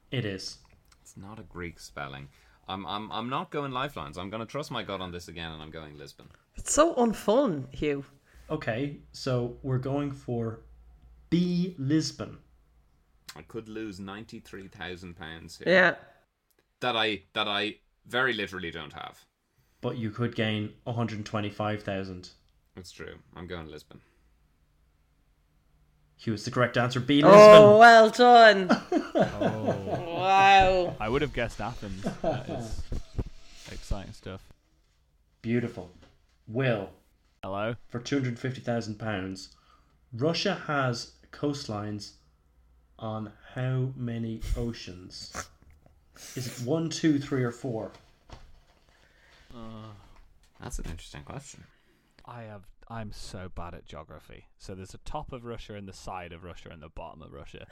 It is. It's not a Greek spelling. I'm I'm I'm not going lifelines. I'm going to trust my gut on this again, and I'm going Lisbon. It's so unfun, Hugh. Okay, so we're going for B Lisbon. I could lose ninety three thousand pounds here. Yeah. That I that I very literally don't have. But you could gain 125,000. That's true. I'm going Lisbon. Hugh, it's the correct answer. B Lisbon. Oh, well done. wow. I would have guessed Athens. That is exciting stuff. Beautiful. Will. Hello. For two hundred fifty thousand pounds, Russia has coastlines on how many oceans? Is it one, two, three, or four? That's an interesting question. I have. I'm so bad at geography. So there's a top of Russia and the side of Russia and the bottom of Russia.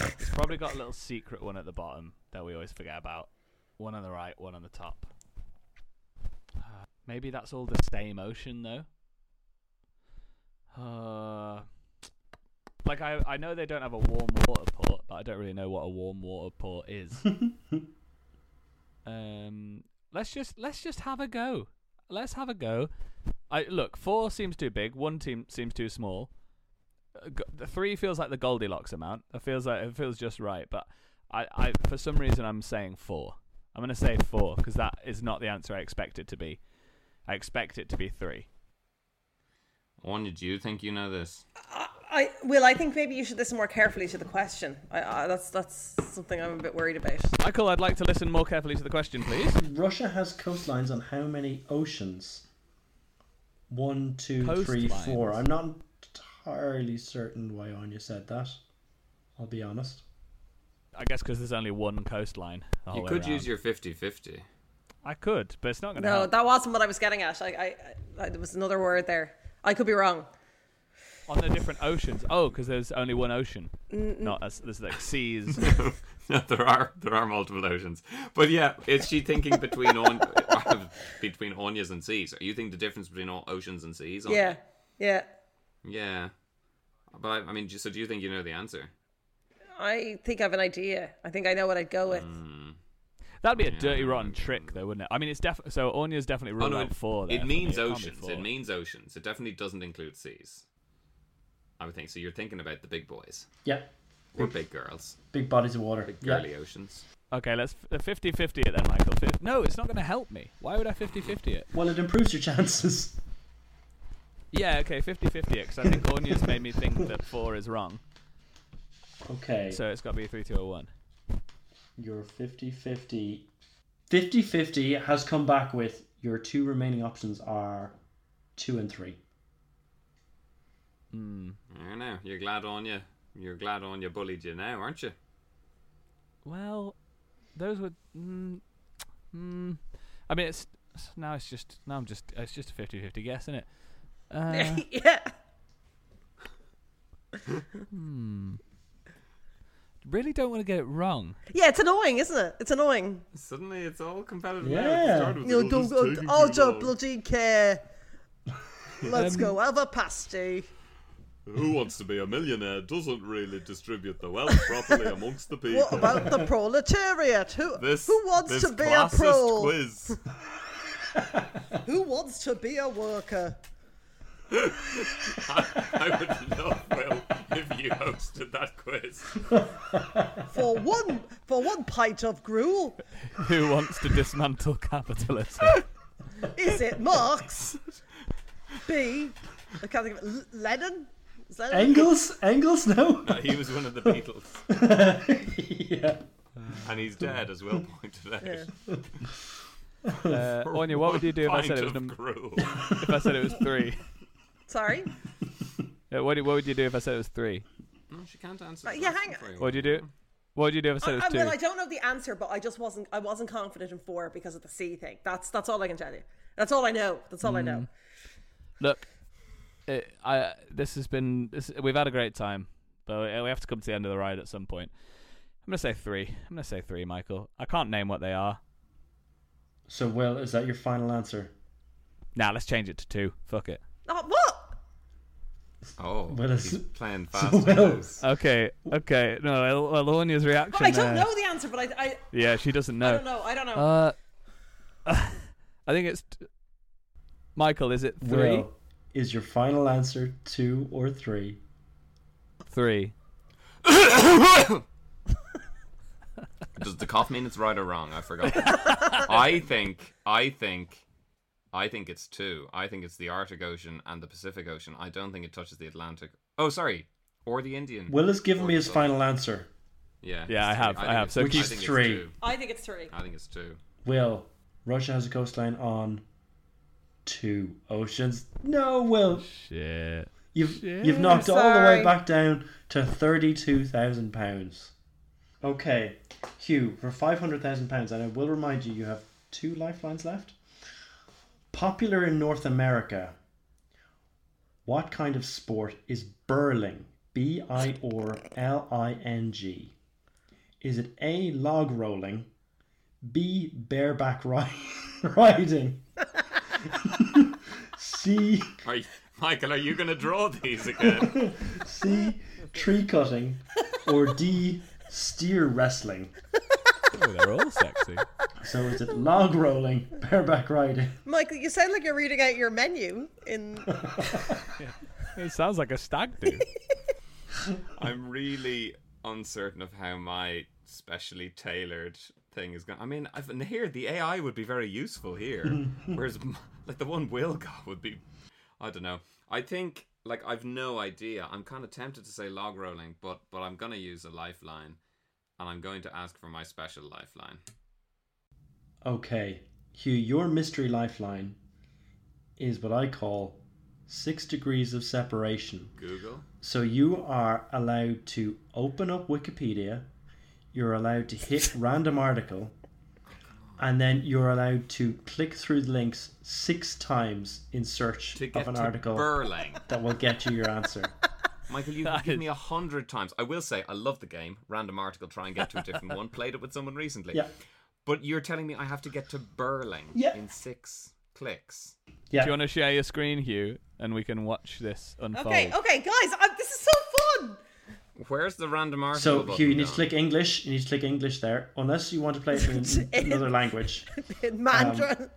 it's probably got a little secret one at the bottom that we always forget about. One on the right, one on the top. Uh, maybe that's all the same ocean though. Uh, like I, I know they don't have a warm water port, but I don't really know what a warm water port is. um, let's just let's just have a go. Let's have a go. I look four seems too big. One team seems too small. Uh, go- the three feels like the Goldilocks amount. It feels like it feels just right. But I, I for some reason I'm saying four. I'm gonna say four because that is not the answer I expect it to be. I expect it to be three. One, did you think you know this? I Will, I think maybe you should listen more carefully to the question. I, I, that's that's something I'm a bit worried about. Michael, I'd like to listen more carefully to the question, please. Russia has coastlines on how many oceans? One, two, three, four. Coastlines. I'm not entirely certain why Anya said that. I'll be honest. I guess because there's only one coastline. The whole you way could around. use your 50-50. I could, but it's not gonna. No, help. that wasn't what I was getting at. I, I, I there was another word there. I could be wrong. on the different oceans. Oh, because there's only one ocean, Mm, mm. not as there's like seas. no, there are there are multiple oceans. But yeah, is she thinking between on between Onyas and seas? Are you thinking the difference between o- oceans and seas? Anya? Yeah, yeah. Yeah. But I, I mean, so do you think you know the answer? I think I have an idea. I think I know what I'd go with. That'd be a dirty rotten trick, though, wouldn't it? I mean, it's definitely so. Anya's definitely Oh, ruled no, out four. There it for me. means can't be oceans. four. It means oceans. It definitely doesn't include seas. I would think so. You're thinking about the big boys. Yeah. Or big girls. Big bodies of water. Big Yeah. girly oceans. Okay, let's 50 50 it then, Michael. Fif- no, it's not going to help me. Why would I 50 50 it? Well, it improves your chances. Yeah, okay, 50 50 it, because I think Anya's made me think that four is wrong. Okay. So it's got to be oh 3 2 or 1. Your 50 50. 50 50 has come back with your two remaining options are two and three. I don't know. You're glad Onya. You're glad Onya bullied you now, aren't you? Well, those were. Mm, mm, I mean, it's it's- now it's just now I'm just it's just a 50 50 guess, isn't it? Uh, yeah. hmm. Really don't want to get it wrong. Yeah, it's annoying, isn't it? It's annoying. Suddenly it's all competitive now. It Yeah. started with You'll it go, just go, taking I too don't long. bloody care. Let's Um, go have a pasty. Who wants to be a millionaire doesn't really distribute the wealth properly amongst the people. What about the proletariat? Who, This- who wants this to be a classist pro? quiz. who wants to be a worker? I would love, Will, if you hosted that quiz. For one, for one pint of gruel, Who wants to dismantle capitalism? is it Marx? B. I can't think of it. L- Lenin. Is Lenin? Engels? Engels? No? No, he was one of the Beatles. yeah. And he's dead, as Will pointed out. Uh, Anya, what would you do if I said it was Pint num- of gruel. if I said it was three? Sorry. Yeah, what, do- what would you do if I said it was three? No, she can't answer. Uh, the yeah, question hang- for you. What would you do? What would you do if I said I, it I, was two? well, I don't know the answer, but I just wasn't. I wasn't confident in four because of the C thing. That's that's all I can tell you. That's all I know. That's all I know. Look, uh I this has been this, we've had a great time, but we have to come to the end of the ride at some point. I'm gonna say three. I'm gonna say three, Michael. I can't name what they are. So, Will, is that your final answer? Now let's change it to two. Fuck it. Hmm. Oh, what? Oh, Well, it's- he's playing so fast. well- and loose. Okay, okay. No, Al- Alonia's reaction. I don't there- know the answer, but I, I Yeah, she doesn't know. I don't know. I don't know. Uh, I think it's t- Michael. Is it three? Will, is your final answer two or three? Three. Does the cough mean it's right or wrong? I forgot. I think, I think, I think it's two. I think it's the Arctic Ocean and the Pacific Ocean. I don't think it touches the Atlantic. Oh, sorry, or the Indian. Will has given Or me his the- final answer. Yeah, Yeah, I it's three. have, I think have. it's- So I keep- think Which is it's three. two. I think it's three. I think it's two. Will, Russia has a coastline on two oceans. No, Will, Shit. you've you've knocked all the way back down to thirty-two thousand pounds. Okay, Hugh, for five hundred thousand pounds, and I will remind you, you have two lifelines left. Popular in North America. What kind of sport is burling? B I or L I N G. Is it A log rolling? B bareback ri- riding. C Are you, Michael, are you going to draw these again? C tree cutting. Or D steer wrestling. Oh, they're all sexy. So is it log rolling, bareback riding? Michael, you sound like you're reading out your menu in It sounds like a stag do. I'm really uncertain of how my specially tailored thing is going. I mean, I've, and here the AI would be very useful here, whereas m- like the one Will got would be, I don't know. I think like I've no idea. I'm kind of tempted to say log rolling, but but I'm gonna use a lifeline, and I'm going to ask for my special lifeline. Okay, Hugh, your mystery lifeline is what I call six degrees of separation. Google. So you are allowed to open up Wikipedia, you're allowed to hit random article, and then you're allowed to click through the links six times in search To get of an to article Burling. that will get you your answer. Michael, you can give me a hundred times. I will say I love the game. Random article, try and get to a different one. Played it with someone recently. Yeah. But you're telling me I have to get to Burling Yeah. in six clicks. Yeah. Do you want to share your screen, Hugh, and we can watch this unfold? Okay, oh. okay, guys, i this is so fun. Where's the random article? So button Hugh, you need to gone? click English. You need to click English there, unless you want to play it in another language. In Mandarin. Um,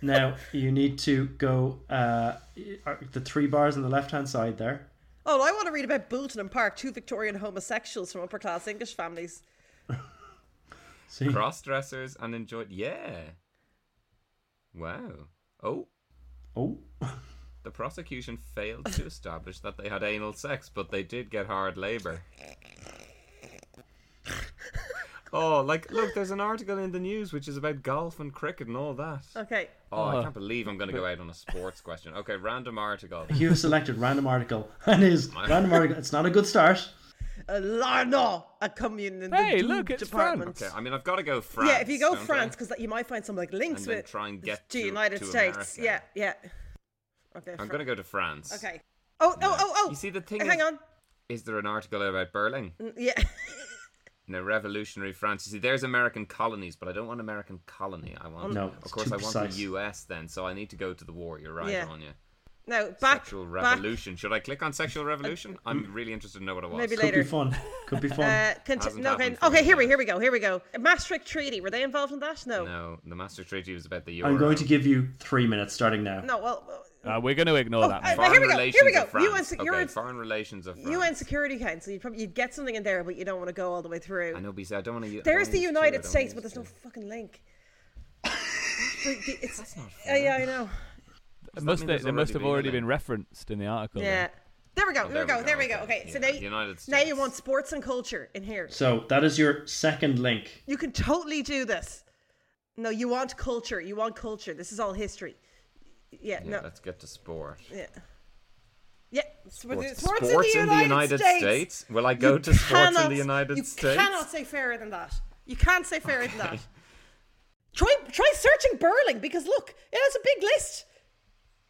Now you need to go uh, are the three bars on the left hand side there. oh, I want to read about Boulton and Park, two Victorian homosexuals from upper class English families. See, cross dressers and enjoyed. Yeah. Wow. Oh, oh, the prosecution failed to establish that they had anal sex, but they did get hard labor. Oh, like look, there's an article in the news which is about golf and cricket and all that. Uh, Okay. Oh, I Oh. can't believe I'm going to go out on a sports question. Okay, random article. Hugh selected random article, and his random article. It's not a good start. Uh, Larno, a commune in Hey, the Doom look, it's department. France. Okay, I mean I've got to go France. yeah, if you go don't I? France, because you might find some like links And then with try and get the to- United to States. America. Yeah, yeah. Okay. I'm going to go to France. Okay. Oh, No. oh, oh, oh. You see, the thing Hang is- on. Is there an article about Berlin? Mm, Yeah. in a revolutionary France. You see, there's American colonies, but I don't want American colony. I Um, want, No, of it's course, too I want precise. the U.S. Then, so I need to go to the war. You're right, Yeah. Anya. Now back. sexual back. revolution. Should I click on sexual revolution? I'm really interested to know what it was. Maybe Could Later. be fun. Could be fun. Uh, conti- Hasn't no, okay, happened for okay. me Here we, yet. here we go, here we go. Maastricht Treaty. Were they involved in that? No. No, the Master Treaty was about the euro. I'm Uh, going to give you three minutes starting now. No, well, Uh, we're going to ignore Oh, that. I- But mate. foreign here we go, here relations we go. of France. You and- you're okay, in- foreign relations of France. UN Security Council. You'd probably you'd get something in there, but you don't want to go all the way I through. know, but you see, I don't want to. There's the United States, but there's no fucking link. The- the- it's, uh, Yeah, yeah, I know. must mean they, there's they must have already been a already link? been referenced in the article. then. Yeah. There we go. Oh, there we go. There we go. Okay. So Yeah, now, the United now you States. want sports and culture in here. So that is your second link. You can totally do this. No, you want culture. You want culture. This is all history. Yeah. Yeah, no. let's get to sport. Yeah. Yeah, sports, sports, Sports in, the United, States. Will I go You to sports in cannot- the United you States? cannot say fairer than that. You can't say fairer than that. Try try searching Burling because look, it has a big list.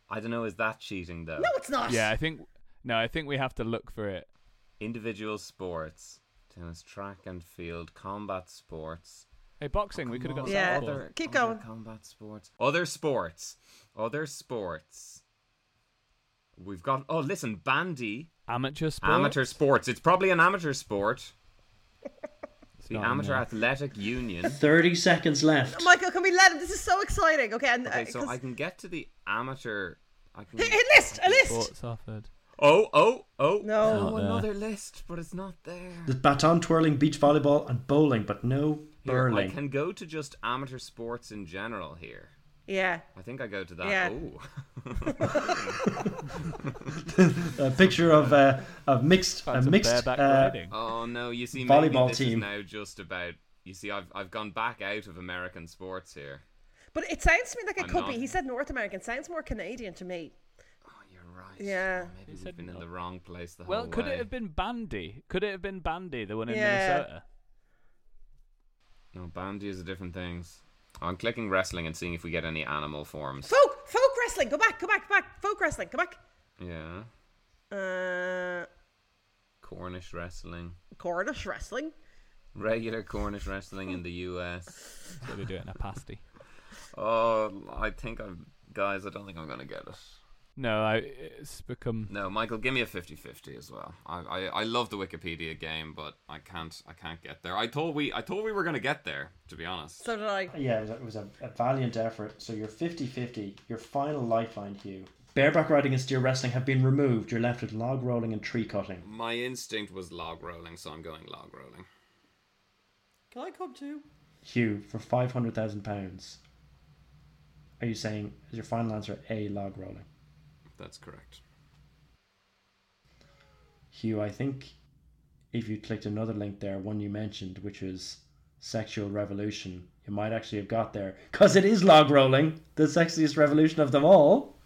I don't know. Is that cheating though? No, it's not. Yeah, I think no, I think we have to look for it. Individual sports, tennis, track and field, combat sports, Hey, boxing, we could have got Yeah, that one. keep going. combat sports, other sports, other sports. We've got oh listen, bandy, Amateur sports. amateur sports. It's probably an amateur sport. the not amateur enough. athletic union. 30 seconds left. Michael, "Oh, can we let him? This is so exciting. Okay, and, Okay, uh, so 'cause- I can get to the amateur. I can. Hey, a list, a list. Sports offered. Oh, oh, oh! No. Oh, Not there. another list, but it's not there. There's baton twirling, beach volleyball, and bowling, but no Here, I burling. can go to just amateur sports in general here. Yeah. I think I go to that. Yeah. Oh. A picture of uh, of mixed a Some mixed bareback uh, riding. oh no! You see, maybe Volleyball this is team. now just about. You see, I've I've gone back out of American sports here. But it sounds to me like it I'm could not. be. He said North American. Sounds more Canadian to me. Oh, you're right. Yeah. Maybe we've been in the wrong place the Well, whole could way. it have been bandy? Could it have been bandy, the one in Yeah. Minnesota? No, bandy is a different things. Oh, I'm clicking wrestling and seeing if we get any animal forms. Folk, folk wrestling. Go back, go back, go back. Folk wrestling. Go back. Yeah, Uh, Cornish wrestling. Cornish wrestling. regular Cornish wrestling in the US. So they do it in a pasty. Oh, I think I'm. Guys, I don't think I'm going to get it. No, I, it's become. No, Michael, give me a 50-50 as well. I, I, I love the Wikipedia game, but I can't I can't get there. I thought we I thought we were going to get there, to be honest. So did I. Yeah, it was, a, it was a, a valiant effort. So you're 50-50, your final lifeline, Hugh. Bareback riding and steer wrestling have been removed. You're left with log rolling and tree cutting. My instinct was log rolling, so I'm going log rolling. Can I come too? Hugh, for five hundred thousand pounds, are you saying is your final answer a log rolling? That's correct. Hugh, I think if you clicked another link there, one you mentioned, which was sexual revolution, you might actually have got there because it is log rolling, the sexiest revolution of them all.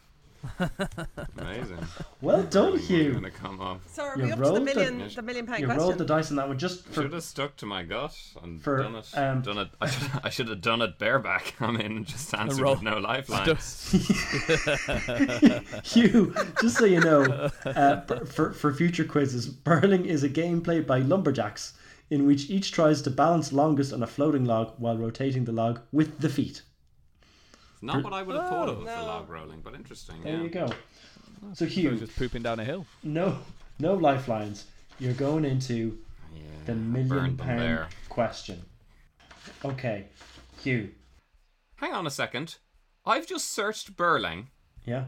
Amazing. Well done, You're Hugh. going to come up. So are You we up to the rolled the- million, the, million pound You question? rolled the dice on that one just for Should have stuck to my gut and for, done it. um, done it. I should, I should have done it bareback. I mean, just answered roll- with no lifeline. Hugh, just so you know, uh, for- for, for future quizzes, burling is a game played by lumberjacks in which each tries to balance longest on a floating log while rotating the log with the feet. It's not what I would have thought Oh, of for log rolling, but interesting. There yeah. you go. So He was Hugh, just pooping down a hill. no, no lifelines. You're going into Yeah, the I million burned them pound there. question. Okay, Hugh. Hang on a second. I've just searched Burling, Yeah.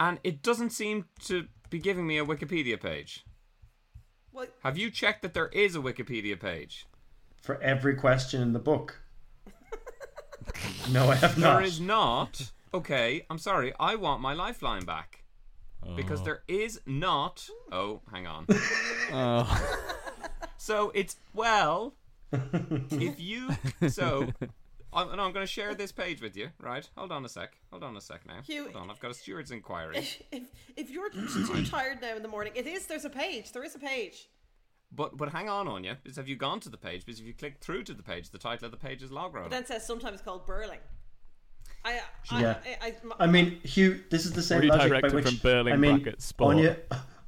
and it doesn't seem to be giving me a Wikipedia page. What? Have you checked that there is a Wikipedia page? For every question in the book. No, I have not. There is not. Okay, I'm sorry. I want my lifeline back Oh. because there is not. Oh, hang on. Oh. So it's well. if you so, I'm, no, I'm going to share this page with you. Right? Hold on a sec. Hold on a sec now. Hugh- Hold on. I've got a steward's inquiry. If, if you're too tired now in the morning, it is. There's a page. There is a page. But but hang on, Anya, because have you gone to the page? Because if you click through to the page, the title of the page is log rolling. Then it says sometimes called Burling. I, I, Yeah. I, I, my- I mean, Hugh, this is the same logic by Redirected which from Berlin I mean, bracket sport. Anya,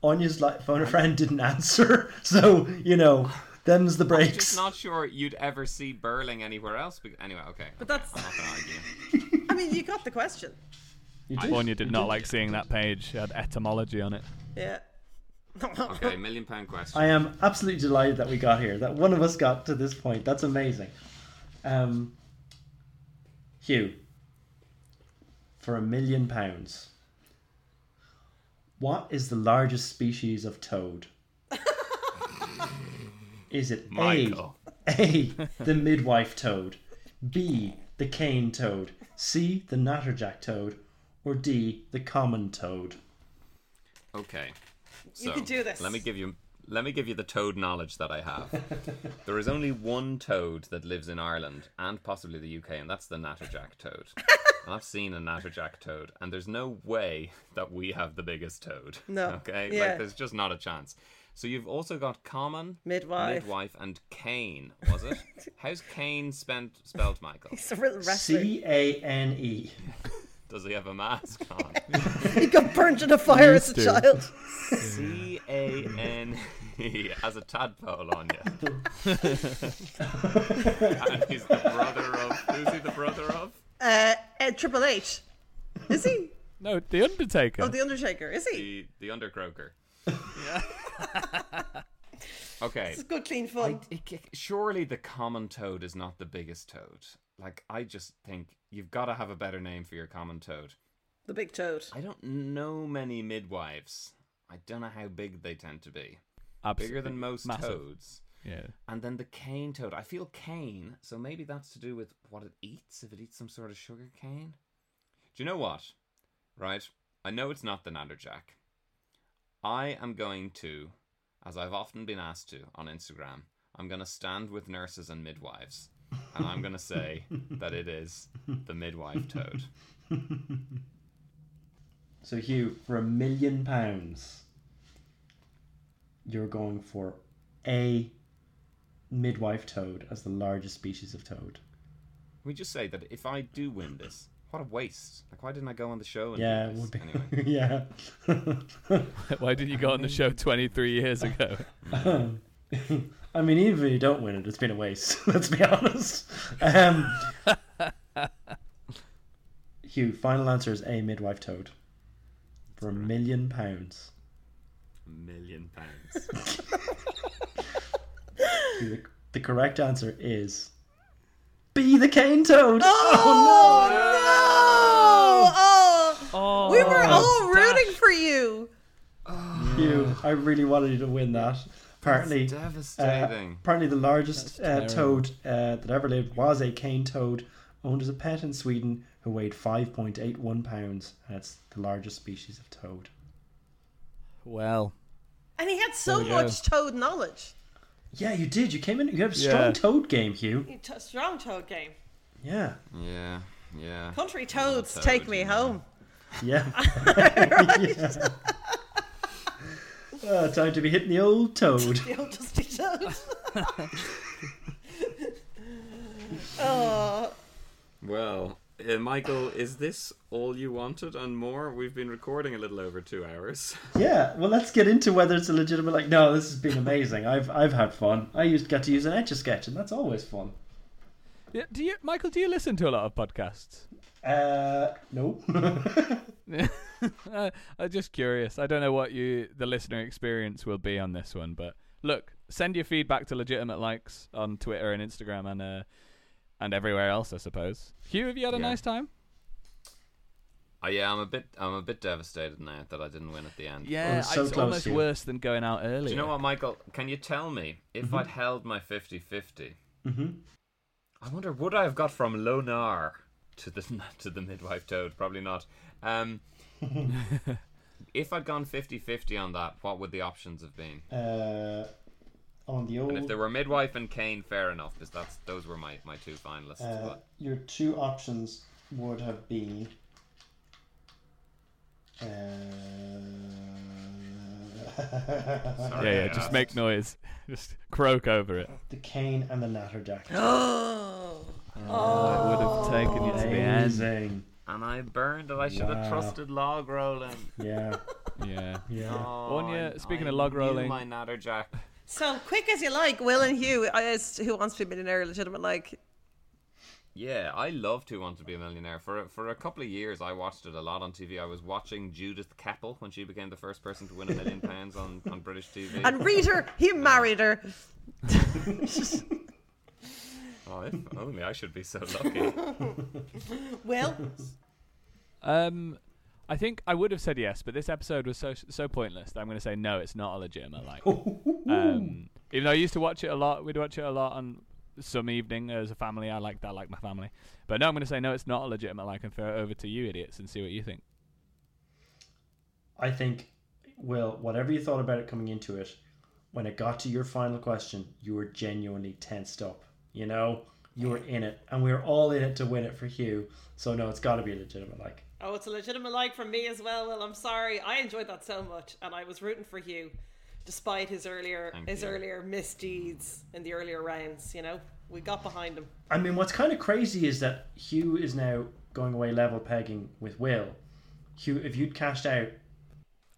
Anya's like phone a friend didn't answer, so you know, them's the I'm just breaks. not sure you'd ever see Burling anywhere else. Because, anyway, okay. But okay, that's- I'm not gonna argue. I mean, you got the question. You did. Anya did not did. like seeing that page. It had etymology on it. Yeah. Okay, million pound question. I am absolutely delighted that we got here. That one of us got to this point. That's amazing. Um, Hugh, for a million pounds, what is the largest species of toad? is it Michael. A, A, the midwife toad, B, the cane toad, C, the natterjack toad, or D, the common toad? Okay. So, You can do this. Let me give you. Let me give you the toad knowledge that I have. there is only one toad that lives in Ireland and possibly the UK, and that's the natterjack toad. And I've seen a natterjack toad, and there's no way that we have the biggest toad. No. Okay? Yeah. Like, there's just not a chance. So you've also got common, Midwife. midwife and Cain, was it? How's Cain spent, spelled, Michael? He's a real wrestler. C A N E. Does he have a mask on? He got burned in a fire as a Used to. child. C A N E as a tadpole on you. and he's the brother of who's he the brother of? Uh, uh, Triple H. Is he? No, The Undertaker. Oh, The Undertaker. Is he? The the undercroaker. Okay. This is good, clean fun. I- it- it- surely the common toad is not the biggest toad. Like I just think you've got to have a better name for your common toad. The big toad. I don't know many midwives. I don't know how big they tend to be. Bigger Absolutely than most massive. toads. Yeah. And then the cane toad. I feel cane, so maybe that's to do with what it eats, if it eats some sort of sugar cane. Do you know what? Right? I know it's not the Natterjack. I am going to, as I've often been asked to on Instagram, I'm going to stand with nurses and midwives. And I'm going to say that it is the midwife toad. So Hugh, for a million pounds, you're going for a midwife toad as the largest species of toad. Can we just say that if I do win this, what a waste. Like, why didn't I go on the show and yeah, do it this would be. anyway? yeah. Why did you go on the show 23 years ago? Um, I mean, even if you don't win it, it's been a waste. Let's be honest. Um, Hugh, final answer is a midwife toad for a million pounds. A million pounds. Hugh, The, the correct answer is be the cane toad. Oh, oh, Oh, we were all rooting for you. Hugh, I really wanted you to win that. Apparently, devastating. uh, apparently, the largest uh, terrible. toad uh, that ever lived was a cane toad, owned as a pet in Sweden, who weighed five point eight one pounds, and it's the largest species of toad. Well, And he had so There we go. much toad knowledge. Yeah, you did. You came in. You have a Yeah. strong toad game, Hugh. You t- strong toad game. Yeah. Yeah, yeah. Country toads take me home. Yeah. Yeah. Uh, time to be hitting the old toad. The old dusty toad. oh, Well, uh, Michael, is this all you wanted and more? We've been recording a little over two hours. Yeah, well, let's get into whether it's a legitimate. Like, no, this has been amazing. I've I've had fun. I used get to use an etch a sketch, and that's always fun. yeah, do you, Michael? Do you listen to a lot of podcasts? Uh, no. Uh, I'm just curious. I don't know what you the listener experience will be on this one, but look, send your feedback to legitimate likes on Twitter and Instagram and uh, and everywhere else, I suppose. Hugh, have you had a Yeah. nice time? Oh, yeah, I'm a bit, I'm a bit devastated now that I didn't win at the end. Yeah, was so it's close, almost Hugh. worse than going out earlier. Do you know what, Michael? Can you tell me if I'd held my 50-50, mm-hmm. I wonder would I have got from Lonar to the to the midwife toad? Probably not. Um, if I'd gone 50-50 on that, what would the options have been? Uh, on the And if old. there were midwife and Kane, fair enough, because that's those were my, my two finalists. Uh, but your two options would have been. Uh, Yeah, yeah. Just make noise. Just croak over it. the cane and the natterjack. That would have taken you to the end. Amazing. and I burned it. I should have Wow. trusted log rolling. Yeah. Yeah. Yeah. Oh, Anya, I- speaking I of log knew rolling- my natterjack. so quick as you like, Will and Hugh. I asked who wants to be a millionaire, legitimate like. Yeah, I loved Who Wanted to Be a Millionaire. For for a couple of years, I watched it a lot on TV. I was watching Judith Keppel when she became the first person to win a million pounds on, on British TV. And Reader, he married her. oh, if only I should be so lucky. Will, Um, I think I would have said yes, but this episode was so so pointless that I'm going to say no. It's not a legitimate like. um, even though I used to watch it a lot, we'd watch it a lot on some evening as a family. I like that, like my family. But no, I'm going to say no. It's not a legitimate like, and throw it over to you idiots and see what you think. I think, Will, whatever you thought about it coming into it, when it got to your final question, you were genuinely tensed up. You know, you're in it, and we're all in it to win it for Hugh. So no, it's got to be a legitimate like. Oh, it's a legitimate like from me as well. Well, I'm sorry. I enjoyed that so much, and I was rooting for Hugh, despite his earlier Thank his you. earlier misdeeds in the earlier rounds. You know, we got behind him. I mean, what's kind of crazy is that Hugh is now going away level pegging with Will. Hugh, if you'd cashed out,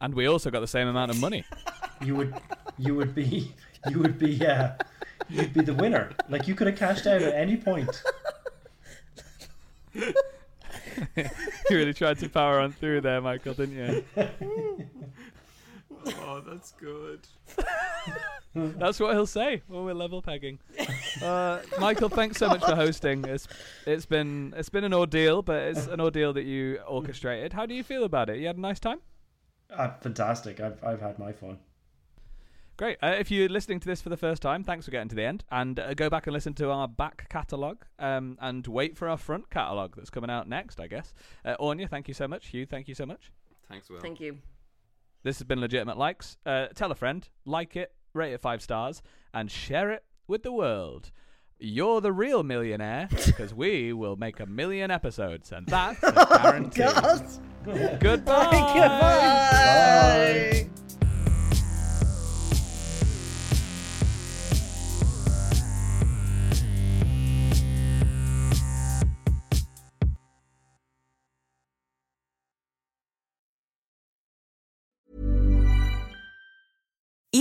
And we also got the same amount of money. you would you would be you would be uh, you'd be the winner. Like you could have cashed out at any point. you really tried to power on through there, Michael, didn't you? Oh, that's good. That's what he'll say when we're level pegging. Uh, Michael, thanks so much for hosting. It's it's been it's been an ordeal, but it's an ordeal that you orchestrated. How do you feel about it? You had a nice time. Uh, fantastic. I've I've had my fun. Great. Uh, if you're listening to this for the first time, thanks for getting to the end. And uh, go back and listen to our back catalogue um, and wait for our front catalogue that's coming out next, I guess. Uh, Anya, thank you so much. Hugh, thank you so much. Thanks, Will. Thank you. This has been Legitimate Likes. Uh, tell a friend, like it, rate it five stars, and share it with the world. You're the real millionaire because we will make a million episodes, and that's a guarantee. Goodbye. Goodbye.